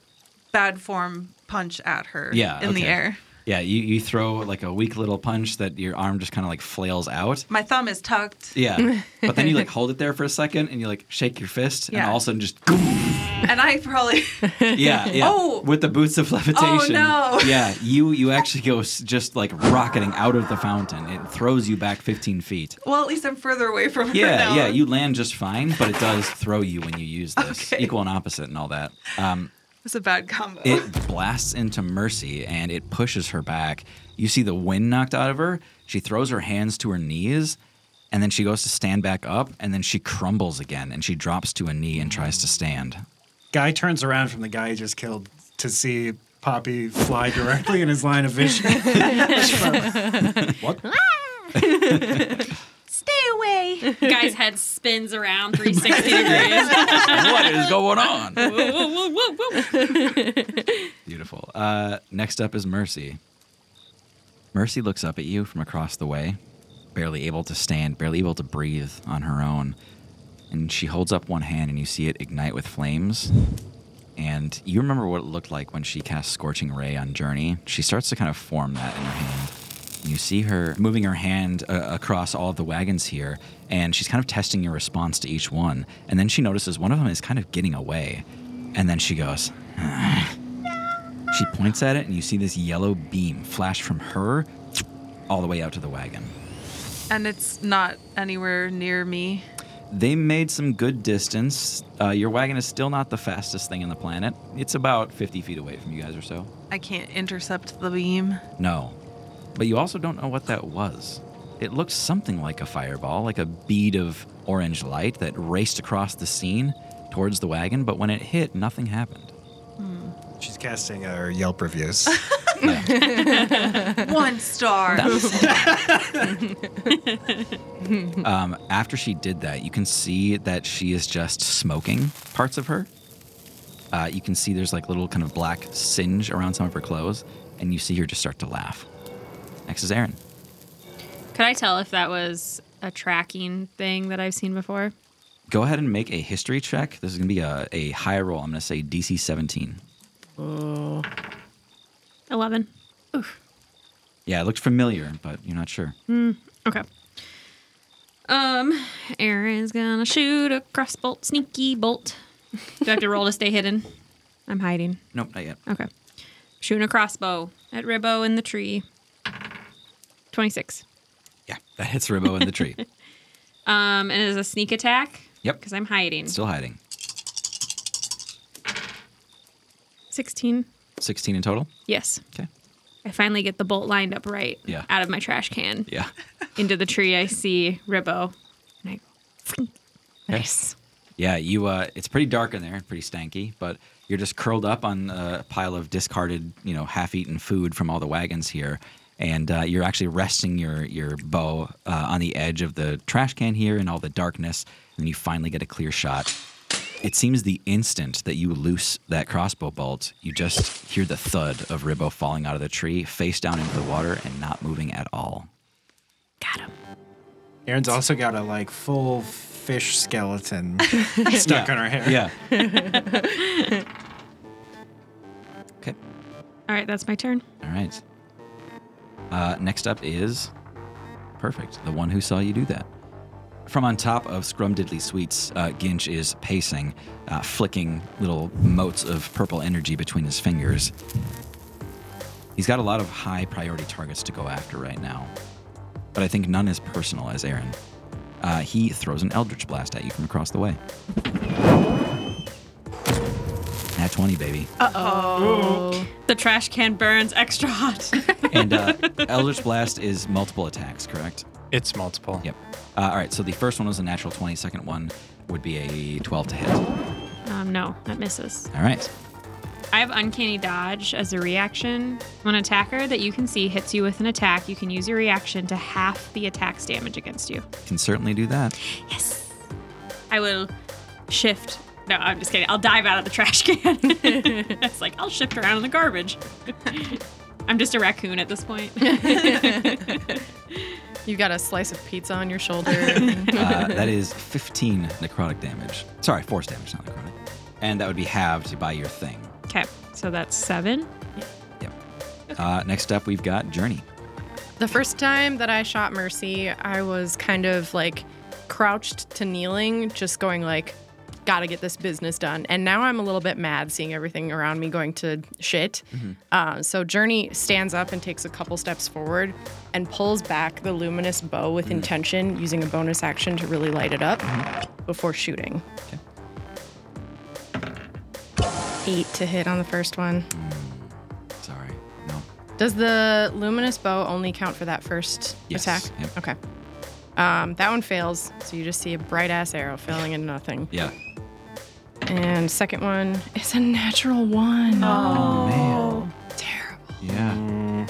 Speaker 3: bad form punch at her.
Speaker 1: Yeah,
Speaker 3: in the
Speaker 1: okay.
Speaker 3: air.
Speaker 1: Yeah, you, you throw like a weak little punch that your arm just kind of like flails out.
Speaker 3: My thumb is tucked,
Speaker 1: Yeah, but then you like hold it there for a second and you like shake your fist and
Speaker 3: Yeah.
Speaker 1: all of a sudden just
Speaker 3: and I probably
Speaker 1: yeah yeah
Speaker 3: Oh.
Speaker 1: with the boots of levitation.
Speaker 3: no.
Speaker 1: Yeah, you you actually go s- just like rocketing out of the fountain. It throws you back 15 feet.
Speaker 3: well, at least I'm further away from her
Speaker 1: Yeah,
Speaker 3: now.
Speaker 1: yeah, you land just fine, but it does throw you when you use this
Speaker 3: Okay.
Speaker 1: equal and opposite and all that. Um,
Speaker 3: It's a bad combo.
Speaker 1: it blasts into Mercy and it pushes her back. You see the wind knocked out of her. She throws her hands to her knees, and then she goes to stand back up, and then she crumbles again, and she drops to a knee and tries to stand.
Speaker 5: Guy turns around from the guy he just killed to see Poppy fly directly in his line of vision. what?
Speaker 3: Stay away.
Speaker 7: Guy's head spins around 360 degrees.
Speaker 1: what is going on?
Speaker 7: Whoa, whoa, whoa, whoa, whoa.
Speaker 1: Beautiful. Uh, next up is Mercy. Mercy looks up at you from across the way, barely able to stand, barely able to breathe on her own. And she holds up one hand and you see it ignite with flames. And you remember what it looked like when she cast Scorching Ray on Journey. She starts to kind of form that in her hand. And you see her moving her hand uh, across all of the wagons here, and she's kind of testing your response to each one. And then she notices one of them is kind of getting away. And then she goes, she points at it, and you see this yellow beam flash from her all the way out to the wagon.
Speaker 3: And it's not anywhere near me.
Speaker 1: They made some good distance. Uh, your wagon is still not the fastest thing on the planet. It's about 50 feet away from you guys or so.
Speaker 3: I can't intercept the beam.
Speaker 1: No. But you also don't know what that was. It looked something like a fireball, like a bead of orange light that raced across the scene towards the wagon, but when it hit, nothing happened.
Speaker 5: She's casting our Yelp reviews.
Speaker 3: One star.
Speaker 1: Um, after she did that, you can see that she is just smoking parts of her. Uh, you can see there's like little kind of black singe around some of her clothes, and you see her just start to laugh. Next is Aaron.
Speaker 7: Could I tell if that was a tracking thing that I've seen before?
Speaker 1: Go ahead and make a history check. This is going to be a, a high roll. I'm going to say DC 17.
Speaker 7: 11.
Speaker 1: Yeah, it looked familiar, but you're not sure.
Speaker 7: Okay. Um, Aaron's gonna shoot a crossbolt, sneaky bolt. Do I have to roll to stay hidden? I'm hiding.
Speaker 1: Nope, not yet.
Speaker 7: Okay. Shooting a crossbow at Ribbo in the tree. 26.
Speaker 1: Yeah, that hits Ribbo in the tree.
Speaker 7: Um, and it is a sneak attack.
Speaker 1: Yep.
Speaker 7: Because I'm hiding.
Speaker 1: Still hiding.
Speaker 7: 16.
Speaker 1: 16 in total.
Speaker 7: Yes.
Speaker 1: Okay.
Speaker 7: I finally get the bolt lined up right
Speaker 1: Yeah.
Speaker 7: out of my trash can.
Speaker 1: Yeah.
Speaker 7: Into the tree, I see Ribbo. And I go, nice.
Speaker 1: Yeah, you. Uh, it's pretty dark in there, pretty stanky, but you're just curled up on a pile of discarded, you know, half-eaten food from all the wagons here, and uh, you're actually resting your your bow uh, on the edge of the trash can here in all the darkness, and you finally get a clear shot. It seems the instant that you loose that crossbow bolt, you just hear the thud of Ribbo falling out of the tree, face down into the water, and not moving at all.
Speaker 7: Got him.
Speaker 5: Aaron's also got a like full fish skeleton stuck on her hair.
Speaker 1: Yeah. okay.
Speaker 7: All right, that's my turn.
Speaker 1: All right. Uh, next up is perfect. The one who saw you do that. From on top of Scrumdiddly Sweets, uh, Ginch is pacing, uh, flicking little motes of purple energy between his fingers. He's got a lot of high priority targets to go after right now, but I think none as personal as Aaron. Uh, he throws an Eldritch Blast at you from across the way. At 20, baby.
Speaker 7: The trash can burns extra hot.
Speaker 1: And uh, Eldritch Blast is multiple attacks, correct?
Speaker 6: It's multiple.
Speaker 1: Yep. Uh, all right, so the first one was a natural 20, second one would be a 12 to hit. All
Speaker 7: um, no, that misses.
Speaker 1: right.
Speaker 7: I have uncanny dodge as a reaction. When an attacker that you can see hits you with an attack, you can use your reaction to half the attack's damage against you.
Speaker 1: Can certainly do that.
Speaker 7: I will shift. No, I'm just kidding. I'll dive out of the trash can. it's like I'll shift around in the garbage. I'm just a raccoon at this point.
Speaker 4: You've got a slice of pizza on your shoulder.
Speaker 1: Uh, that is 15 necrotic damage. Sorry, force damage, not necrotic. And that would be halved by your thing.
Speaker 7: okay, so that's seven.
Speaker 1: Yep. Uh, next up, we've got Journey.
Speaker 4: The first time that I shot Mercy, I was kind of like crouched to kneeling, just going like, gotta get this business done. And now I'm a little bit mad seeing everything around me going to shit. Uh, so Journey stands up and takes a couple steps forward and pulls back the luminous bow with intention, using a bonus action to really light it up before shooting. Eight to hit on the first one.
Speaker 1: Sorry. No.
Speaker 4: Does the luminous bow only count for that first
Speaker 1: Yes,
Speaker 4: attack?
Speaker 1: yep.
Speaker 4: Okay. Um, that one fails, so you just see a bright ass arrow failing into nothing.
Speaker 1: Yeah.
Speaker 4: And second one is a natural one.
Speaker 1: Oh, man.
Speaker 4: Terrible.
Speaker 1: Yeah.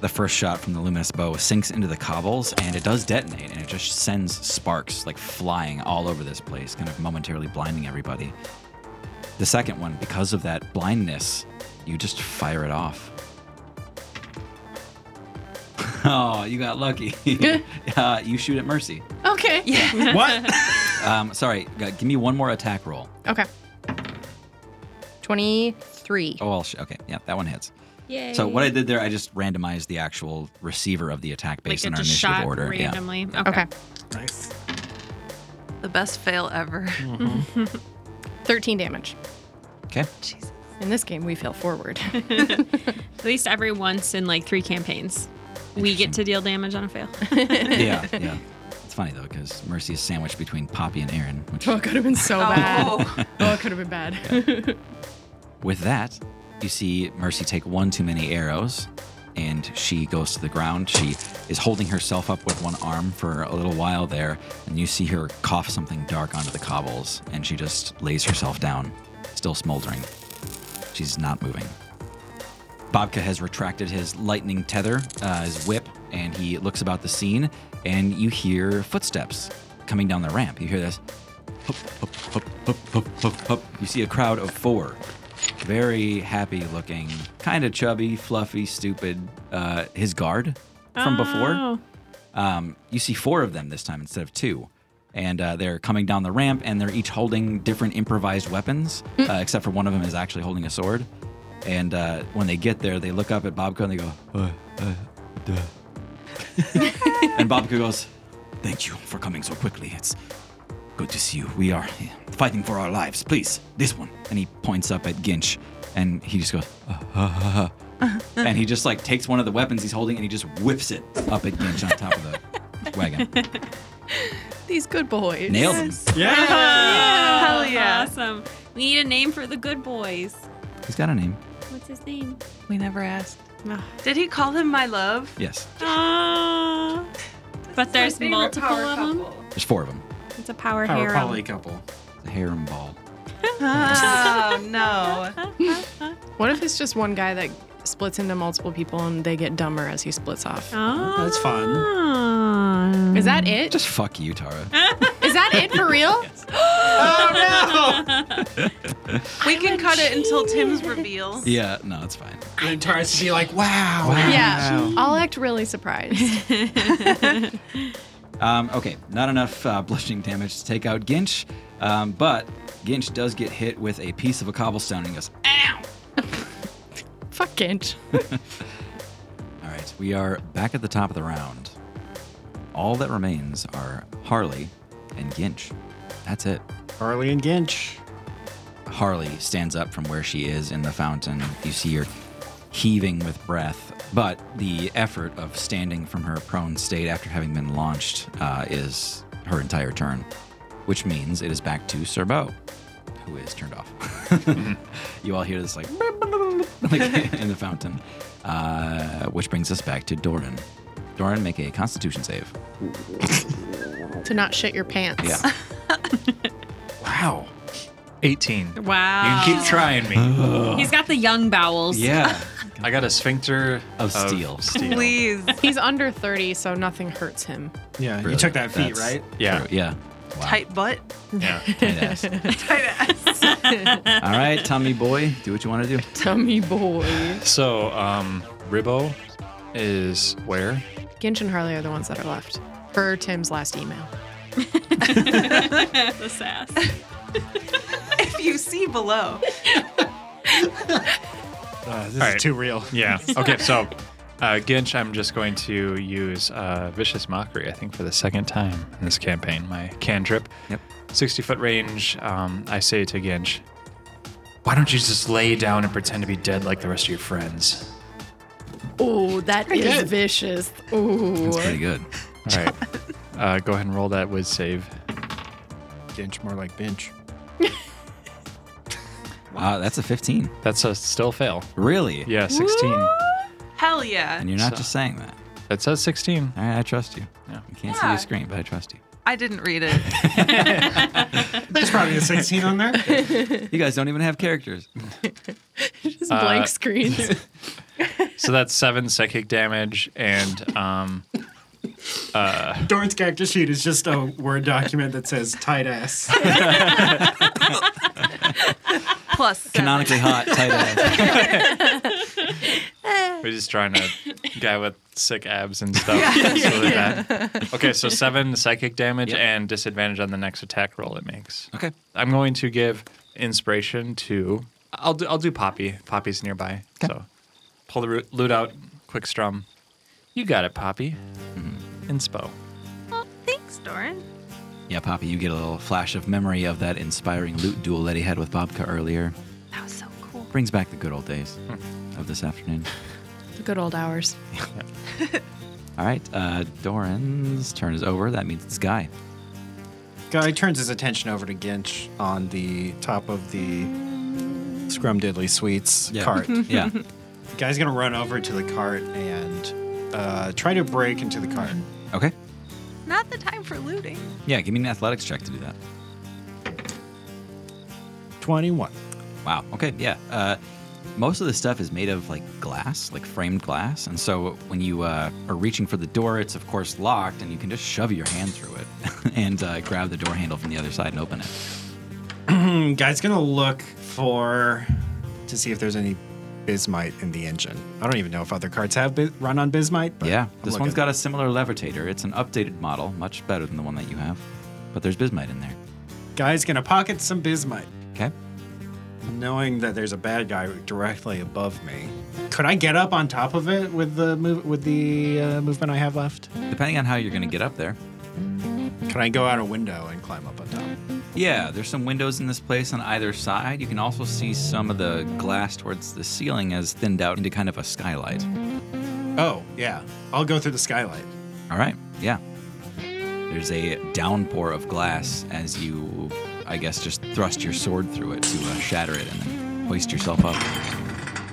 Speaker 1: The first shot from the luminous bow sinks into the cobbles and it does detonate and it just sends sparks like flying all over this place, kind of momentarily blinding everybody. The second one, because of that blindness, you just fire it off. oh, you got lucky. uh, you shoot at Mercy.
Speaker 4: Okay. Yeah.
Speaker 5: What?
Speaker 1: Um, sorry, g- give me one more attack roll.
Speaker 4: Okay. 23.
Speaker 1: Oh, I'll sh- okay. Yeah, that one hits.
Speaker 7: Yay.
Speaker 1: So what I did there, I just randomized the actual receiver of the attack
Speaker 7: like
Speaker 1: based
Speaker 7: it
Speaker 1: on our
Speaker 7: just
Speaker 1: initiative
Speaker 7: shot
Speaker 1: order. Yeah.
Speaker 7: randomly. Okay.
Speaker 4: Okay.
Speaker 5: nice.
Speaker 3: The best fail ever.
Speaker 4: 13 damage.
Speaker 1: Okay.
Speaker 4: In this game, we fail forward.
Speaker 7: At least every once in like three campaigns, we get to deal damage on a fail.
Speaker 1: yeah, yeah. It's funny though because Mercy is sandwiched between Poppy and Aaron. Which,
Speaker 4: Oh, it could have been so bad. Oh, it could have been bad.
Speaker 1: with that, you see Mercy take one too many arrows, and she goes to the ground. She is holding herself up with one arm for a little while there, and you see her cough something dark onto the cobbles, and she just lays herself down, still smoldering. She's not moving. Bobka has retracted his lightning tether, uh, his whip, and he looks about the scene, and you hear footsteps coming down the ramp. You hear this. Hup, hup, hup, hup, hup, hup, hup. You see a crowd of four, very happy looking, kind of chubby, fluffy, stupid. Uh, his guard from before. Um, you see four of them this time instead of two. And uh, they're coming down the ramp, and they're each holding different improvised weapons, uh, except for one of them is actually holding a sword. And uh, when they get there, they look up at Bobka and they go, uh, uh, duh. and Bobka goes, Thank you for coming so quickly. It's good to see you. We are fighting for our lives. Please, this one. And he points up at Ginch, and he just goes, uh, uh, uh, uh. and he just like takes one of the weapons he's holding and he just whips it up at Ginch on top of the wagon.
Speaker 4: These good boys.
Speaker 1: Nailed him.
Speaker 7: Hell
Speaker 3: yeah.
Speaker 7: Awesome. We need a name for the good boys.
Speaker 1: He's got a name.
Speaker 7: What's his name?
Speaker 3: We never asked.
Speaker 7: Ah.
Speaker 3: Did he call him my love?
Speaker 1: Yes,
Speaker 7: Ah. but there's multiple of them.
Speaker 1: there's four of them.
Speaker 7: It's a power,
Speaker 5: Power
Speaker 7: harem.
Speaker 5: poly couple.
Speaker 1: The harem ball.
Speaker 3: Oh no.
Speaker 4: What if it's just one guy that splits into multiple people and they get dumber as he splits off?
Speaker 7: Ah.
Speaker 5: That's fun.
Speaker 4: Is that it?
Speaker 1: Just fuck you, Tara.
Speaker 4: Is that it for real?
Speaker 3: We can cut it until Tim's reveal.
Speaker 1: yeah, no, it's fine.
Speaker 5: And Taurus would be like, wow.
Speaker 4: Yeah. I'll act really surprised.
Speaker 1: Um, okay, not enough uh, blushing damage to take out Ginch, um, but Ginch does get hit with a piece of a cobblestone and he goes,
Speaker 4: Fuck Ginch.
Speaker 1: All right, we are back at the top of the round. All that remains are Harley and Ginch. That's it.
Speaker 5: Harley and Ginch.
Speaker 1: Harley stands up from where she is in the fountain. You see her heaving with breath, but the effort of standing from her prone state after having been launched uh, is her entire turn, which means it is back to Sir Bo, who is turned off. you all hear this like, like in the fountain, uh, which brings us back to Doran. Doran, make a Constitution save.
Speaker 4: to not shit your pants.
Speaker 1: Yeah. wow.
Speaker 6: 18. You
Speaker 7: Wow.
Speaker 6: can keep trying me.
Speaker 7: He's got the young bowels.
Speaker 1: Yeah.
Speaker 6: I got a sphincter
Speaker 1: Of steel.
Speaker 6: steel.
Speaker 3: Please.
Speaker 4: He's under 30, so nothing hurts him.
Speaker 5: Yeah, you took that feat,
Speaker 1: That's
Speaker 5: right?
Speaker 6: Yeah.
Speaker 1: Yeah.
Speaker 3: Tight butt.
Speaker 6: Yeah.
Speaker 1: Tight ass. All right, Tommy boy, do what you want to do.
Speaker 4: Tummy boy.
Speaker 6: So, um, Ribbo is where?
Speaker 4: Ginch and Harley are the ones that are left. Per Tim's last email.
Speaker 7: The sass.
Speaker 3: If you see below.
Speaker 5: Uh, this
Speaker 6: Alright.
Speaker 5: is too real.
Speaker 6: Yeah. Okay, so uh, Ginch, I'm just going to use uh, Vicious Mockery, I think, for the second time in this campaign, my cantrip.
Speaker 1: Yep.
Speaker 6: 60 foot range, um, I say to Ginch, why don't you just lay down and pretend to be dead like the rest of your friends?
Speaker 4: Oh, that is vicious. Ooh.
Speaker 1: That's pretty good.
Speaker 6: All right. Uh, go ahead and roll that whiz save.
Speaker 5: Ginch, more like Binch.
Speaker 1: Wow, Uh, that's a 15.
Speaker 6: That's a still fail.
Speaker 1: Really?
Speaker 6: Yeah, 16.
Speaker 3: Hell yeah.
Speaker 1: And you're not
Speaker 6: So-
Speaker 1: just saying that.
Speaker 6: That says 16.
Speaker 1: All right, I trust you.
Speaker 6: Yeah.
Speaker 1: You can't see
Speaker 3: Yeah.
Speaker 1: the screen, but I trust you.
Speaker 3: I didn't read it.
Speaker 5: There's probably a 16 on there.
Speaker 1: You guys don't even have characters.
Speaker 4: Just
Speaker 6: Uh,
Speaker 4: blank screens.
Speaker 6: So that's seven psychic damage and um,
Speaker 5: Doran's character sheet is just a Word document that says tight ass.
Speaker 3: Plus seven.
Speaker 1: Canonically hot, tight ass.
Speaker 6: we're just trying to guy with sick abs and stuff. It's really bad. Okay, so seven psychic damage
Speaker 1: Yep.
Speaker 6: and disadvantage on the next attack roll it makes.
Speaker 1: Okay.
Speaker 6: I'm going to give inspiration to. I'll do. I'll do Poppy. Poppy's nearby, so pull the root, loot out. Quick strum. You got it, Poppy. Inspo.
Speaker 3: Oh,
Speaker 7: Well, thanks, Doran.
Speaker 1: Yeah, Poppy, you get a little flash of memory of that inspiring loot duel that he had with Bobka earlier.
Speaker 7: That was so cool.
Speaker 1: Brings back the good old days of this afternoon.
Speaker 4: the good old hours.
Speaker 1: All right, uh, Doran's turn is over. That means it's Guy.
Speaker 5: Guy turns his attention over to Ginch on the top of the Scrumdiddly Sweets
Speaker 1: Yeah.
Speaker 5: cart.
Speaker 1: Yeah.
Speaker 5: Guy's gonna run over to the cart and uh, try to break into the cart.
Speaker 1: okay.
Speaker 3: Not the time for looting.
Speaker 1: Yeah, give me an athletics check to do that.
Speaker 5: 21.
Speaker 1: Wow. Okay. Yeah. Uh, most of the stuff is made of like glass, like framed glass, and so when you uh, are reaching for the door, it's of course locked, and you can just shove your hand through it and uh, grab the door handle from the other side and open it.
Speaker 5: Hmm, Guy's gonna look for to see if there's any bismite in the engine. I don't even know if other carts have bi- run on bismite. But
Speaker 1: yeah.
Speaker 5: I'm
Speaker 1: This
Speaker 5: looking.
Speaker 1: one's got a similar levitator. It's an updated model, much better than the one that you have, but there's bismite in there.
Speaker 5: Guy's gonna pocket some bismite,
Speaker 1: Okay.
Speaker 5: knowing that there's a bad guy directly above me. Could I get up on top of it with the move with the uh, movement I have left?
Speaker 1: Depending on how you're gonna get up there.
Speaker 5: Can I go out a window and climb up on top?
Speaker 1: Yeah, there's some windows in this place on either side. You can also see some of the glass towards the ceiling as thinned out into kind of a skylight.
Speaker 5: Oh yeah, I'll go through the skylight.
Speaker 1: All right. Yeah. There's a downpour of glass as you, I guess, just thrust your sword through it to uh, shatter it and then hoist yourself up.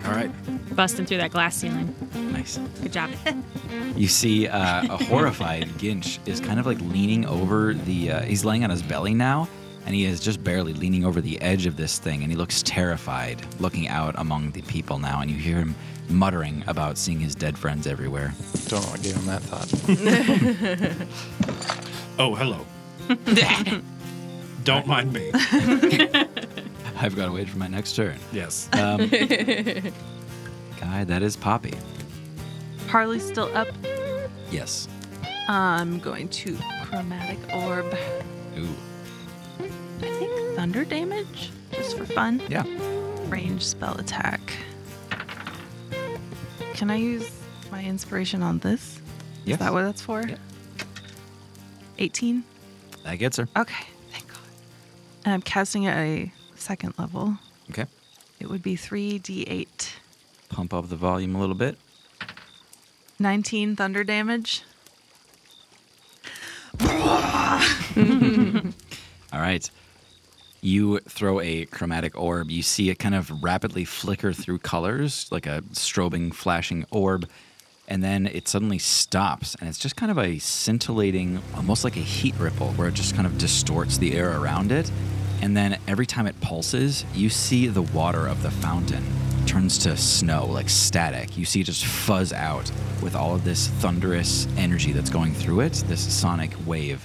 Speaker 5: All right.
Speaker 7: Busting through that glass ceiling.
Speaker 1: Nice.
Speaker 7: Good job.
Speaker 1: You see uh, a horrified Ginch is kind of like leaning over the, uh, he's laying on his belly now, and he is just barely leaning over the edge of this thing, and he looks terrified looking out among the people now, and you hear him muttering about seeing his dead friends everywhere.
Speaker 6: Don't know what gave him that thought.
Speaker 5: Oh hello. Don't mind me.
Speaker 1: I've got to wait for my next turn.
Speaker 5: yes. Uh,
Speaker 1: Um, guy, that is Poppy.
Speaker 3: Harley's still up.
Speaker 1: Yes.
Speaker 3: I'm going to chromatic orb.
Speaker 1: Ooh.
Speaker 3: I think thunder damage, just for fun.
Speaker 1: Yeah.
Speaker 3: Range spell attack. Can I use my inspiration on this?
Speaker 1: Yes.
Speaker 3: Is that what that's for?
Speaker 1: Yeah.
Speaker 3: 18?
Speaker 1: That gets her.
Speaker 3: Okay, thank God. And I'm casting at a second level.
Speaker 1: Okay.
Speaker 3: It would be 3d8.
Speaker 1: Pump up the volume a little bit.
Speaker 3: 19 thunder damage.
Speaker 1: All right. You throw a chromatic orb. You see it kind of rapidly flicker through colors, like a strobing, flashing orb. And then it suddenly stops, and it's just kind of a scintillating, almost like a heat ripple, where it just kind of distorts the air around it. And then every time it pulses, you see the water of the fountain turns to snow, like static. You see it just fuzz out with all of this thunderous energy that's going through it, this sonic wave.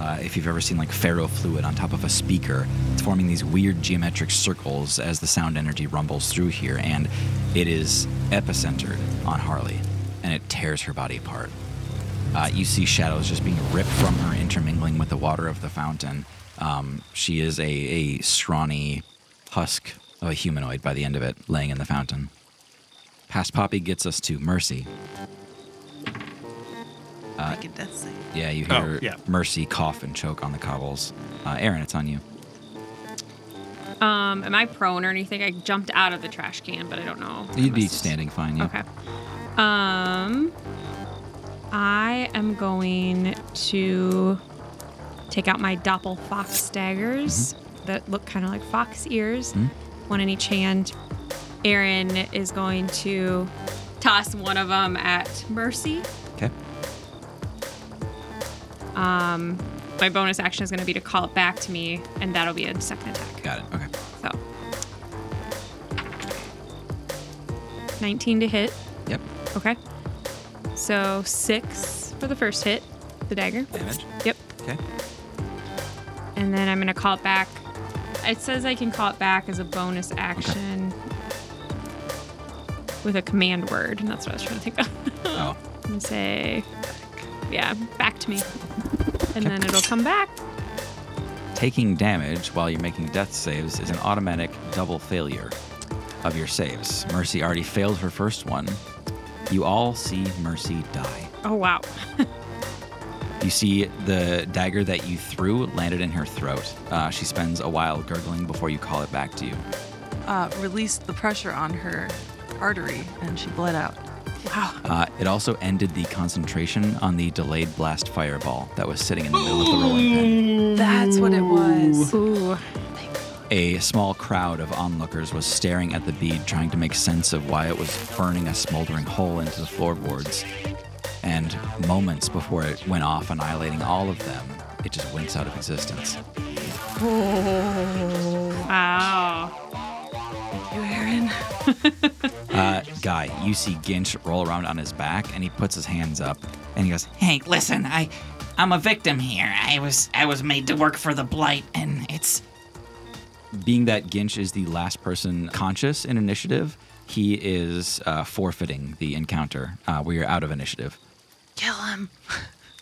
Speaker 1: Uh, if you've ever seen like ferro fluid on top of a speaker, it's forming these weird geometric circles as the sound energy rumbles through here, and it is epicentered on Harley, and it tears her body apart. Uh, you see shadows just being ripped from her, intermingling with the water of the fountain. Um, she is a, a scrawny husk of a humanoid by the end of it, laying in the fountain. Past Poppy gets us to Mercy. Uh.
Speaker 3: Make a death save.
Speaker 1: Yeah, you
Speaker 5: Oh,
Speaker 1: hear
Speaker 5: yeah.
Speaker 1: Mercy cough and choke on the cobbles. Uh, Aaron, it's on you.
Speaker 7: Um, am I prone or anything? I jumped out of the trash can, but I don't know.
Speaker 1: You'd be standing fine, yeah.
Speaker 7: Okay. Um, I am going to take out my doppel fox daggers that look kind of like fox ears, one in each hand. Aaron is going to toss one of them at Mercy.
Speaker 1: Okay.
Speaker 7: My bonus action is going to be to call it back to me, and that'll be a second attack.
Speaker 1: Got it. Okay.
Speaker 7: So, 19 to hit.
Speaker 1: Yep.
Speaker 7: Okay. So six for the first hit, the dagger.
Speaker 1: Damage.
Speaker 7: Yep.
Speaker 1: Okay.
Speaker 7: And then I'm gonna call it back. It says I can call it back as a bonus action with a command word, and that's what I was trying to think of.
Speaker 1: Oh.
Speaker 7: I'm gonna say, yeah, back to me, and then it'll come back.
Speaker 1: Taking damage while you're making death saves is an automatic double failure of your saves. Mercy already failed her first one. You all see Mercy die.
Speaker 7: Oh wow.
Speaker 1: You see the dagger that you threw landed in her throat. Uh, she spends a while gurgling before you call it back to you.
Speaker 3: Uh, released the pressure on her artery and she bled out.
Speaker 1: Uh, it also ended the concentration on the delayed blast fireball that was sitting in the middle of the rolling pin.
Speaker 3: That's what it was.
Speaker 4: Ooh.
Speaker 1: A small crowd of onlookers was staring at the bead, trying to make sense of why it was burning a smoldering hole into the floorboards. And moments before it went off, annihilating all of them, it just winks out of existence.
Speaker 7: Wow.
Speaker 3: You, Aaron.
Speaker 1: Uh, guy, you see Ginch roll around on his back, and he puts his hands up, and he goes,
Speaker 10: Hey, listen, I I'm a victim here. I was I was made to work for the blight and it's
Speaker 1: being that Ginch is the last person conscious in initiative, he is uh, forfeiting the encounter. Uh, we are out of initiative.
Speaker 3: Kill him.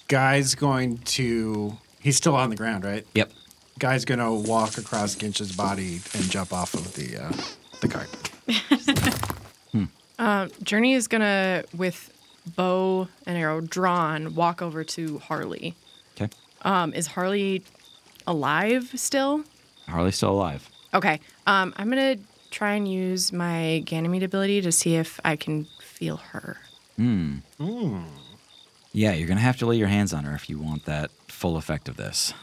Speaker 5: Guy's going to. He's still on the ground, right?
Speaker 1: Yep.
Speaker 5: Guy's going to walk across Ginch's body and jump off of the uh, the cart.
Speaker 4: Journey is gonna, with bow and arrow drawn, walk over to Harley.
Speaker 1: Okay.
Speaker 4: Um, is Harley alive still?
Speaker 1: Harley's still alive.
Speaker 4: Okay. Um, I'm gonna try and use my Ganymede ability to see if I can feel her.
Speaker 1: Yeah, you're going to have to lay your hands on her if you want that full effect of this.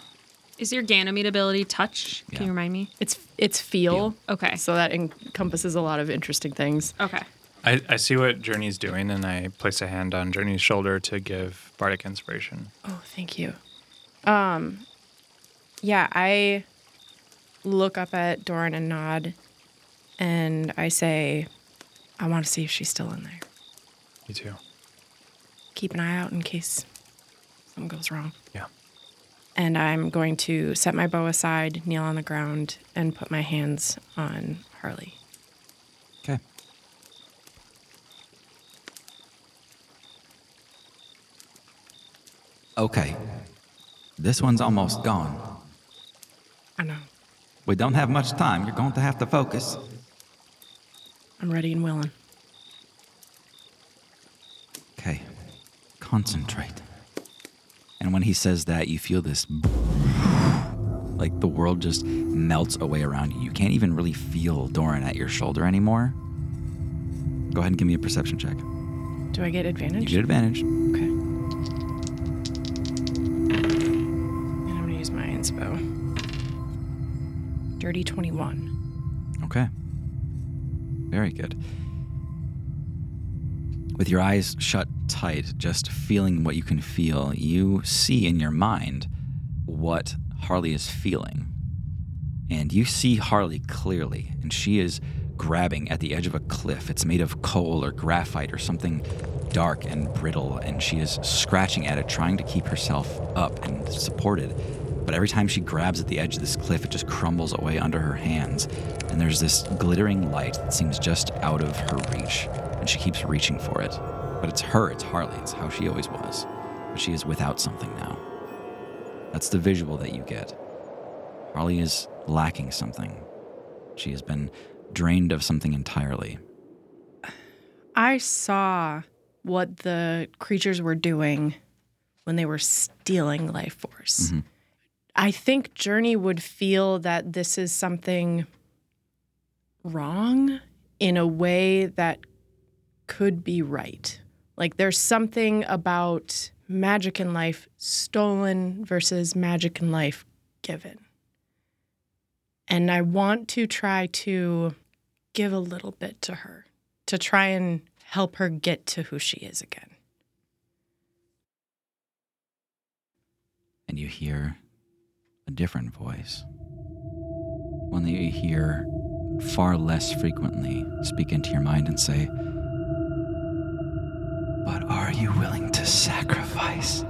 Speaker 7: Is your Ganymede ability touch? Can
Speaker 1: Yeah.
Speaker 7: you remind me?
Speaker 4: It's it's feel.
Speaker 7: Okay.
Speaker 4: So that encompasses a lot of interesting things.
Speaker 7: Okay.
Speaker 6: I, I see what Journey's doing, and I place a hand on Journey's shoulder to give Bardic inspiration.
Speaker 4: Oh, thank you. Um, yeah, I look up at Doran and nod, and I say, "I want to see if she's still in there.
Speaker 6: You too.
Speaker 4: Keep an eye out in case something goes wrong."
Speaker 6: Yeah.
Speaker 4: And I'm going to set my bow aside, kneel on the ground, and put my hands on Harley.
Speaker 1: Okay. Okay. This one's almost gone.
Speaker 4: I know.
Speaker 1: We don't have much time. You're going to have to focus.
Speaker 4: I'm ready and willing.
Speaker 1: Okay. Concentrate. And when he says that, you feel this like the world just melts away around you. You can't even really feel Doran at your shoulder anymore. Go ahead and give me a perception check.
Speaker 4: Do I get
Speaker 1: You
Speaker 4: advantage?
Speaker 1: get advantage.
Speaker 4: Okay. And I'm gonna use my inspo. Dirty 21.
Speaker 1: Okay. Very good. With your eyes shut tight, just feeling what you can feel, you see in your mind what Harley is feeling. And you see Harley clearly, and she is grabbing at the edge of a cliff. It's made of coal or graphite or something dark and brittle, and she is scratching at it, trying to keep herself up and supported. But every time she grabs at the edge of this cliff, it just crumbles away under her hands, and there's this glittering light that seems just out of her reach, and she keeps reaching for it. But it's her, it's Harley, it's how she always was. But she is without something now. That's the visual that you get. Harley is lacking something. She has been drained of something entirely.
Speaker 4: I saw what the creatures were doing when they were stealing life force. I think Journey would feel that this is something wrong in a way that could be right. Like there's something about magic and life stolen versus magic and life given. And I want to try to give a little bit to her to try and help her get to who she is again.
Speaker 1: And you hear a different voice. One that you hear far less frequently speak into your mind and say, But are you willing to sacrifice?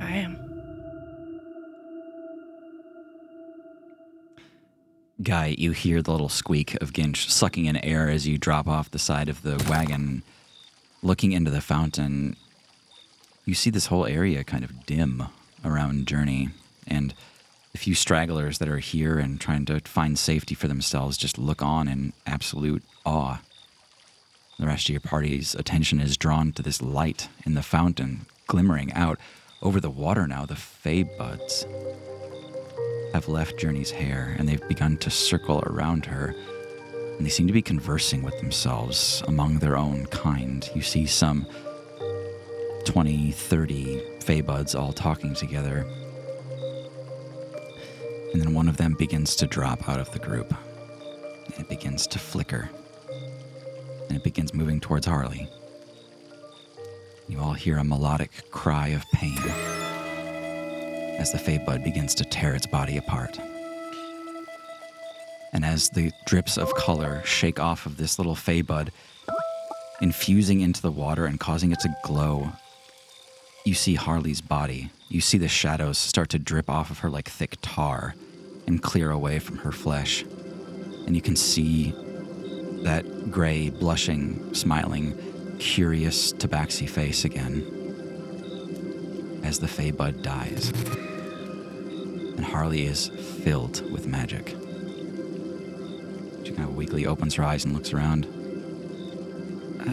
Speaker 4: I am.
Speaker 1: Guy, you hear the little squeak of Ginch sucking in air as you drop off the side of the wagon. Looking into the fountain, you see this whole area kind of dim around Journey, and the few stragglers that are here and trying to find safety for themselves just look on in absolute awe. The rest of your party's attention is drawn to this light in the fountain, glimmering out over the water now, the fey buds have left Journey's hair and they've begun to circle around her, and they seem to be conversing with themselves among their own kind. You see some 20, 30 Feybuds all talking together. And then one of them begins to drop out of the group. And it begins to flicker. And it begins moving towards Harley. You all hear a melodic cry of pain as the Feybud begins to tear its body apart. And as the drips of color shake off of this little Feybud, infusing into the water and causing it to glow, you see Harley's body. You see the shadows start to drip off of her like thick tar and clear away from her flesh. And you can see that gray, blushing, smiling, curious tabaxi face again as the Feybud dies. And Harley is filled with magic. She kind of weakly opens her eyes and looks around.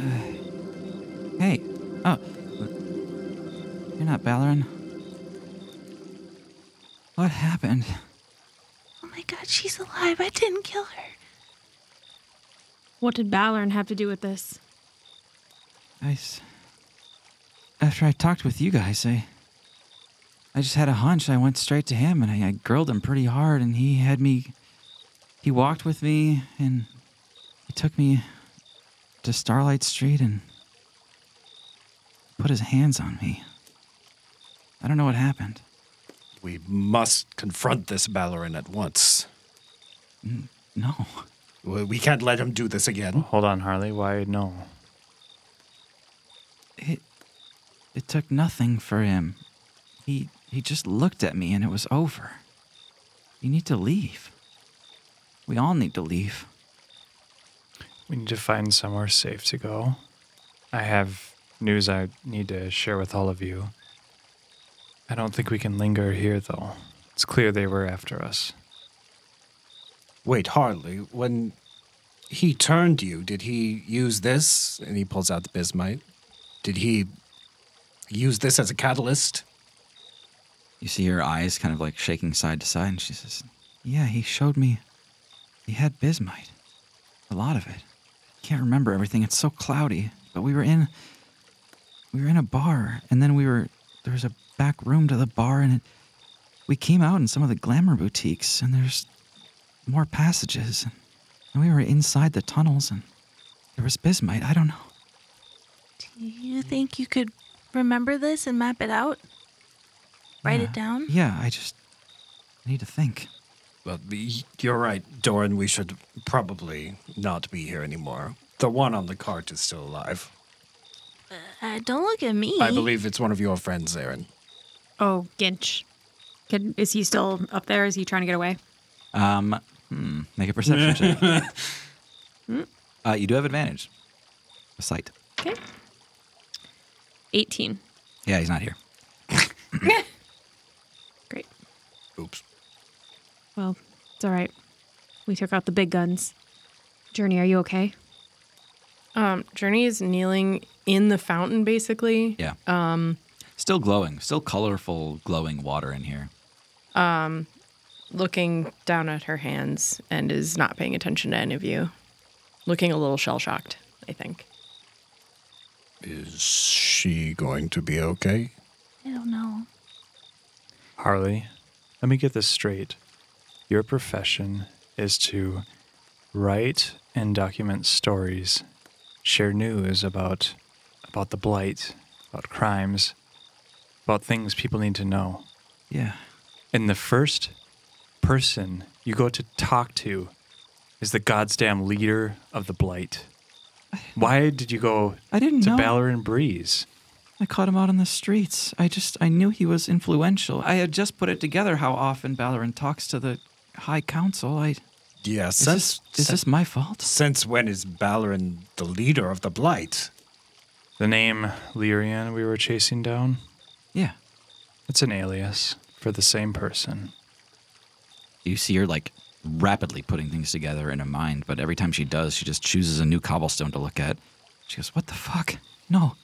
Speaker 1: Uh, hey, oh, you're not Balarin. What happened?
Speaker 3: Oh my god, she's alive. I didn't kill her.
Speaker 7: What did Balern have to do with this?
Speaker 1: I, s- after I talked with you guys, I, I just had a hunch. I went straight to him and I, I grilled him pretty hard, and he had me. He walked with me and he took me to Starlight Street and put his hands on me. I don't know what happened.
Speaker 5: We must confront this Balarin at once.
Speaker 1: No.
Speaker 5: We we can't let him do this again.
Speaker 6: Hold on, Harley. Why no?
Speaker 1: It it took nothing for him. He he just looked at me and it was over. You need to leave. We all need to leave.
Speaker 6: We need to find somewhere safe to go. I have news I need to share with all of you. I don't think we can linger here, though. It's clear they were after us.
Speaker 5: Wait, Harley, when he turned you, did he use this? And he pulls out the bismite. Did he use this as a catalyst?
Speaker 1: You see her eyes kind of like shaking side to side, and she says, Yeah, he showed me. He had bismite. A lot of it. Can't remember everything. It's so cloudy. But we were in. We were in a bar, and then we were. There was a back room to the bar, and it, we came out in some of the glamour boutiques, and there's more passages. And we were inside the tunnels, and there was bismite. I don't know.
Speaker 3: Do you think you could remember this and map it out? Write it down?
Speaker 1: Yeah, I just need to think.
Speaker 5: Well, y- you're right, Doran. We should probably not be here anymore. The one on the cart is still alive.
Speaker 3: Uh, don't look at me.
Speaker 5: I believe it's one of your friends, Aaron.
Speaker 7: Oh, Ginch. Can, is he still up there? Is he trying to get away?
Speaker 1: Um, hmm, make a perception check. uh, you do have advantage. A sight.
Speaker 7: Okay. 18.
Speaker 1: Yeah, he's not here.
Speaker 7: Great.
Speaker 5: Oops.
Speaker 7: Well, it's all right. We took out the big guns. Journey, are you okay?
Speaker 4: Um, Journey is kneeling in the fountain, basically.
Speaker 1: Yeah. Um, still glowing, still colorful, glowing water in here.
Speaker 4: looking down at her hands and is not paying attention to any of you. Looking a little shell shocked, I think.
Speaker 5: Is she going to be okay?
Speaker 3: I don't know.
Speaker 6: Harley, let me get this straight. Your profession is to write and document stories, share news about about the blight, about crimes, about things people need to know.
Speaker 1: Yeah.
Speaker 6: And the first person you go to talk to is the goddamn leader of the blight. Why did you go
Speaker 1: I didn't
Speaker 6: to
Speaker 1: know.
Speaker 6: Ballarin Breeze?
Speaker 1: I caught him out on the streets. I just, I knew he was influential. I had just put it together how often Balarin talks to the High Council. I,
Speaker 5: Yeah,
Speaker 1: is,
Speaker 5: since
Speaker 1: this, is this my fault?
Speaker 5: since when is Balarin the leader of the Blight?
Speaker 6: The name Lyrian we were chasing down?
Speaker 1: Yeah.
Speaker 6: It's an alias for the same person.
Speaker 1: You see her like rapidly putting things together in her mind, but every time she does, she just chooses a new cobblestone to look at. She goes, What the fuck? No,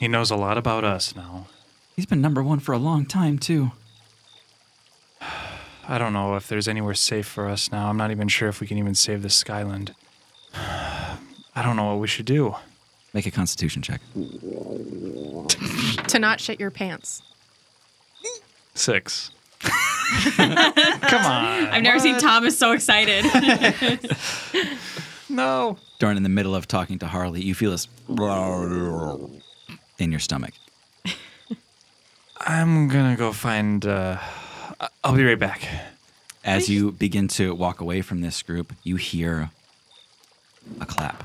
Speaker 6: He knows a lot about us now.
Speaker 1: He's been number one for a long time, too.
Speaker 6: I don't know if there's anywhere safe for us now. I'm not even sure if we can even save the Skyland. I don't know what we should do.
Speaker 1: Make a constitution check.
Speaker 4: To not shit your pants.
Speaker 6: Six. Come on.
Speaker 7: I've never seen Thomas so excited.
Speaker 6: No.
Speaker 1: Darn, in the middle of talking to Harley, you feel this in your stomach.
Speaker 6: I'm gonna go find. Uh, I- I'll be right back.
Speaker 1: As you begin to walk away from this group, you hear a clap,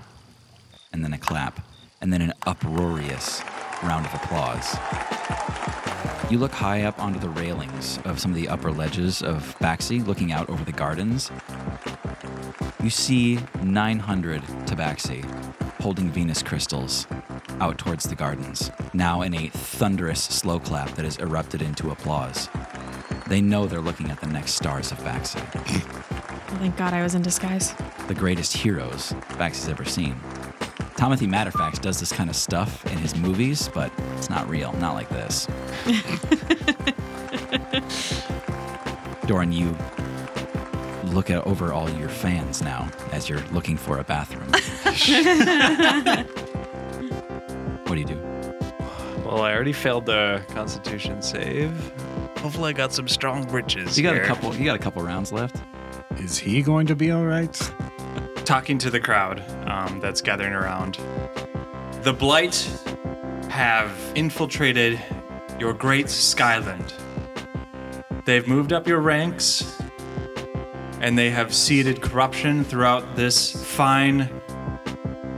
Speaker 1: and then a clap, and then an uproarious round of applause. You look high up onto the railings of some of the upper ledges of Baxi, looking out over the gardens. You see 900 Tabaxi holding Venus crystals out towards the gardens, now in a thunderous slow clap that has erupted into applause. They know they're looking at the next stars of Baxi
Speaker 7: Thank God I was in disguise.
Speaker 1: the greatest heroes Vax has ever seen. Timothy Matterfax does this kind of stuff in his movies, but it's not real, not like this. Doran, you look at over all your fans now as you're looking for a bathroom. what do you do?
Speaker 6: Well, I already failed the Constitution save. Hopefully, I got some strong bridges.
Speaker 1: You got a couple. You got a couple rounds left.
Speaker 5: Is he going to be all right?
Speaker 6: talking to the crowd um, that's gathering around. The Blight have infiltrated your great Skyland. They've moved up your ranks, and they have seeded corruption throughout this fine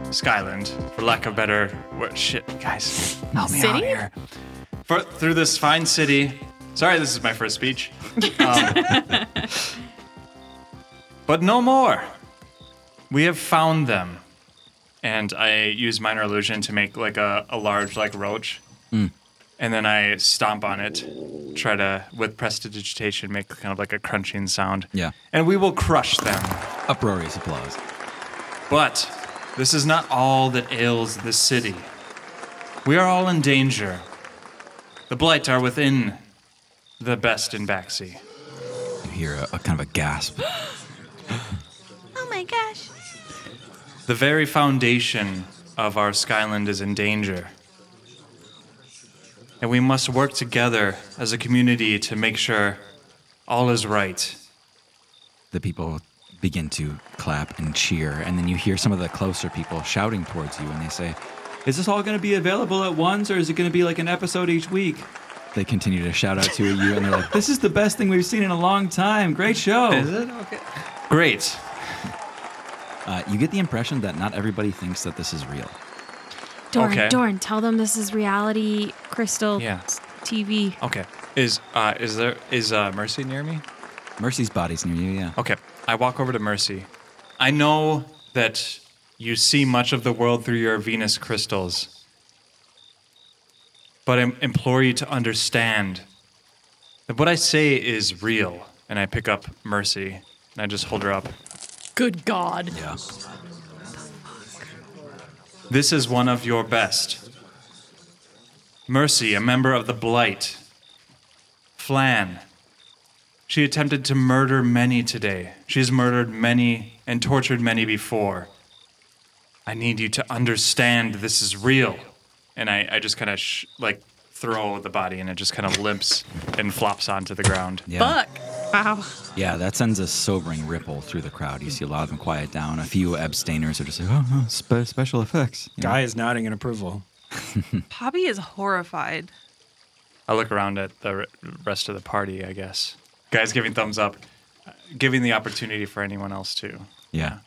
Speaker 6: Skyland, for lack of better word. Shit, guys, help me out
Speaker 4: City?
Speaker 6: here. For, through this fine city. Sorry, this is my first speech. Um, but no more. We have found them. And I use minor illusion to make like a, a large like roach. And then I stomp on it, try to with prestidigitation make kind of like a crunching sound.
Speaker 1: Yeah.
Speaker 6: And we will crush them.
Speaker 1: Uproarious applause.
Speaker 6: But this is not all that ails this city. We are all in danger. The blight are within the best in Baxi.
Speaker 1: You hear a, a kind of a gasp.
Speaker 3: Oh my gosh.
Speaker 6: The very foundation of our Skyland is in danger. And we must work together as a community to make sure all is right.
Speaker 1: the people begin to clap and cheer and then you hear some of the closer people shouting towards you and they say is this all going to be available at once or is it going to be like an episode each week they continue to shout out to you and they're like this is the best thing we've seen in a long time great show
Speaker 6: it? Okay. Great.
Speaker 1: uh, you get the impression that not everybody thinks that this is real
Speaker 7: Doran,
Speaker 6: Okay.
Speaker 7: Doran, tell them this is reality crystal
Speaker 6: Yeah.
Speaker 7: s- TV.
Speaker 6: Okay. Is uh is there is uh Mercy near me?
Speaker 1: mercy's body's near you yeah
Speaker 6: Okay. I walk over to Mercy. I know that you see much of the world through your Venus crystals. But I implore you to understand that what I say is real. And I pick up Mercy and I just hold her up.
Speaker 4: Good God.
Speaker 1: yeah
Speaker 6: This is one of your best. Mercy, a member of the Blight. Flan. She attempted to murder many today. She's murdered many and tortured many before. I need you to understand this is real. And I, I just kind of sh- like throw the body and it just kind of limps and flops onto the ground.
Speaker 1: yeah
Speaker 4: Fuck. Wow.
Speaker 1: yeah that sends a sobering ripple through the crowd you see a lot of them quiet down a few abstainers are just like oh, oh spe- special effects you know?
Speaker 5: Guy is nodding in approval.
Speaker 3: Poppy is horrified.
Speaker 6: I look around at the r- rest of the party, I guess. Guys giving thumbs up, uh, giving the opportunity for anyone else to.
Speaker 1: Yeah.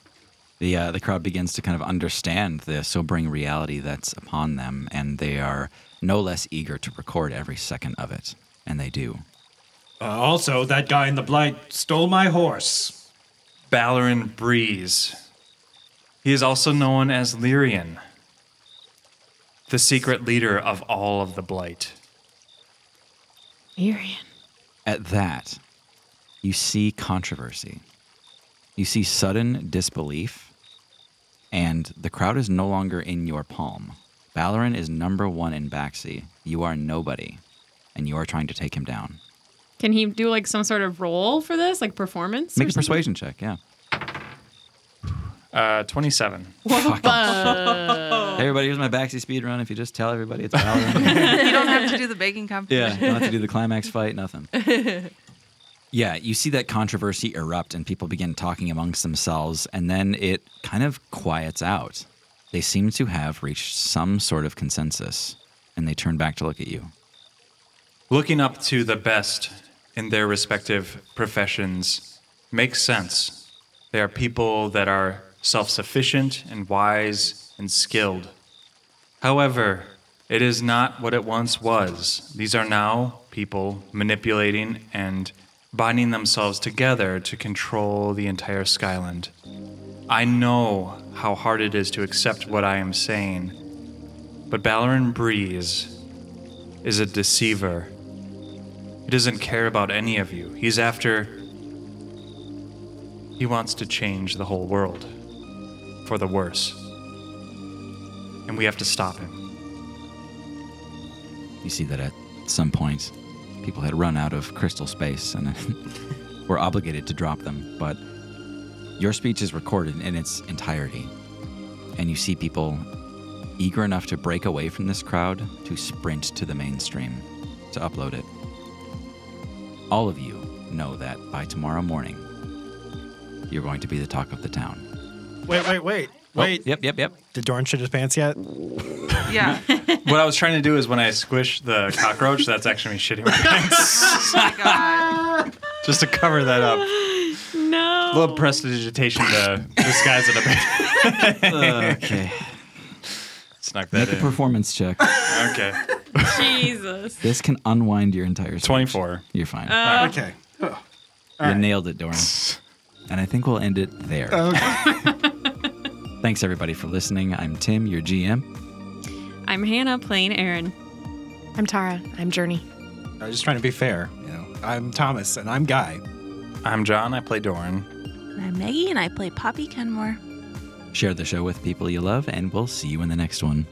Speaker 1: The, uh, the crowd begins to kind of understand the sobering reality that's upon them, and they are no less eager to record every second of it. And they do.
Speaker 5: Uh, also, that guy in the blight stole my horse.
Speaker 6: Balaran Breeze. He is also known as Lyrian, the secret leader of all of the Blight.
Speaker 7: Arian.
Speaker 1: At that, you see controversy. You see sudden disbelief, and the crowd is no longer in your palm. Valorant is number one in Baxi. You are nobody, and you are trying to take him down.
Speaker 7: Can he do like some sort of role for this, like performance?
Speaker 1: Make
Speaker 7: or
Speaker 1: a
Speaker 7: something?
Speaker 1: persuasion check, yeah.
Speaker 6: Uh, 27.
Speaker 1: Hey, everybody, here's my backseat speed run. If you just tell everybody it's Valorant.
Speaker 3: you don't have to do the baking
Speaker 1: Yeah,
Speaker 3: competition.
Speaker 1: don't have to do the climax fight, nothing. yeah, you see that controversy erupt and people begin talking amongst themselves, and then it kind of quiets out. They seem to have reached some sort of consensus, and they turn back to look at you.
Speaker 6: Looking up to the best in their respective professions makes sense. They are people that are self sufficient and wise and skilled. However, it is not what it once was. These are now people manipulating and binding themselves together to control the entire Skyland. I know how hard it is to accept what I am saying, but Balaran Breeze is a deceiver. He doesn't care about any of you. He's after. He wants to change the whole world for the worse. And we have to stop him.
Speaker 1: You see that at some point, people had run out of crystal space and were obligated to drop them. But your speech is recorded in its entirety, and you see people eager enough to break away from this crowd to sprint to the mainstream to upload it. All of you know that by tomorrow morning, you're going to be the talk of the town.
Speaker 5: Wait, wait, wait,
Speaker 1: Oh,
Speaker 5: wait.
Speaker 1: yep, yep, yep.
Speaker 5: Did Dorn shit his pants yet?
Speaker 3: Yeah.
Speaker 6: what I was trying to do is when I squish the cockroach, that's actually me shitting my pants.
Speaker 3: Oh my God.
Speaker 6: Just to cover that up.
Speaker 7: No.
Speaker 6: A little prestidigitation to disguise it a bit.
Speaker 1: Okay.
Speaker 6: Snuck that
Speaker 1: Make a
Speaker 6: in.
Speaker 1: performance check.
Speaker 6: okay.
Speaker 7: Jesus.
Speaker 1: This can unwind your entire speech.
Speaker 6: 24.
Speaker 1: You're fine.
Speaker 5: okay.
Speaker 1: you nailed it, Doran. and I think we'll end it there. Thanks, everybody, for listening. I'm Tim, your GM.
Speaker 7: I'm Hannah playing Aaron.
Speaker 4: I'm Tara. I'm Journey.
Speaker 5: I was just trying to be fair. You know, I'm Thomas and I'm Guy.
Speaker 6: I'm John. I play Doran.
Speaker 3: I'm Maggie, and I play Poppy Kenmore.
Speaker 1: Share the show with people you love, and we'll see you in the next one.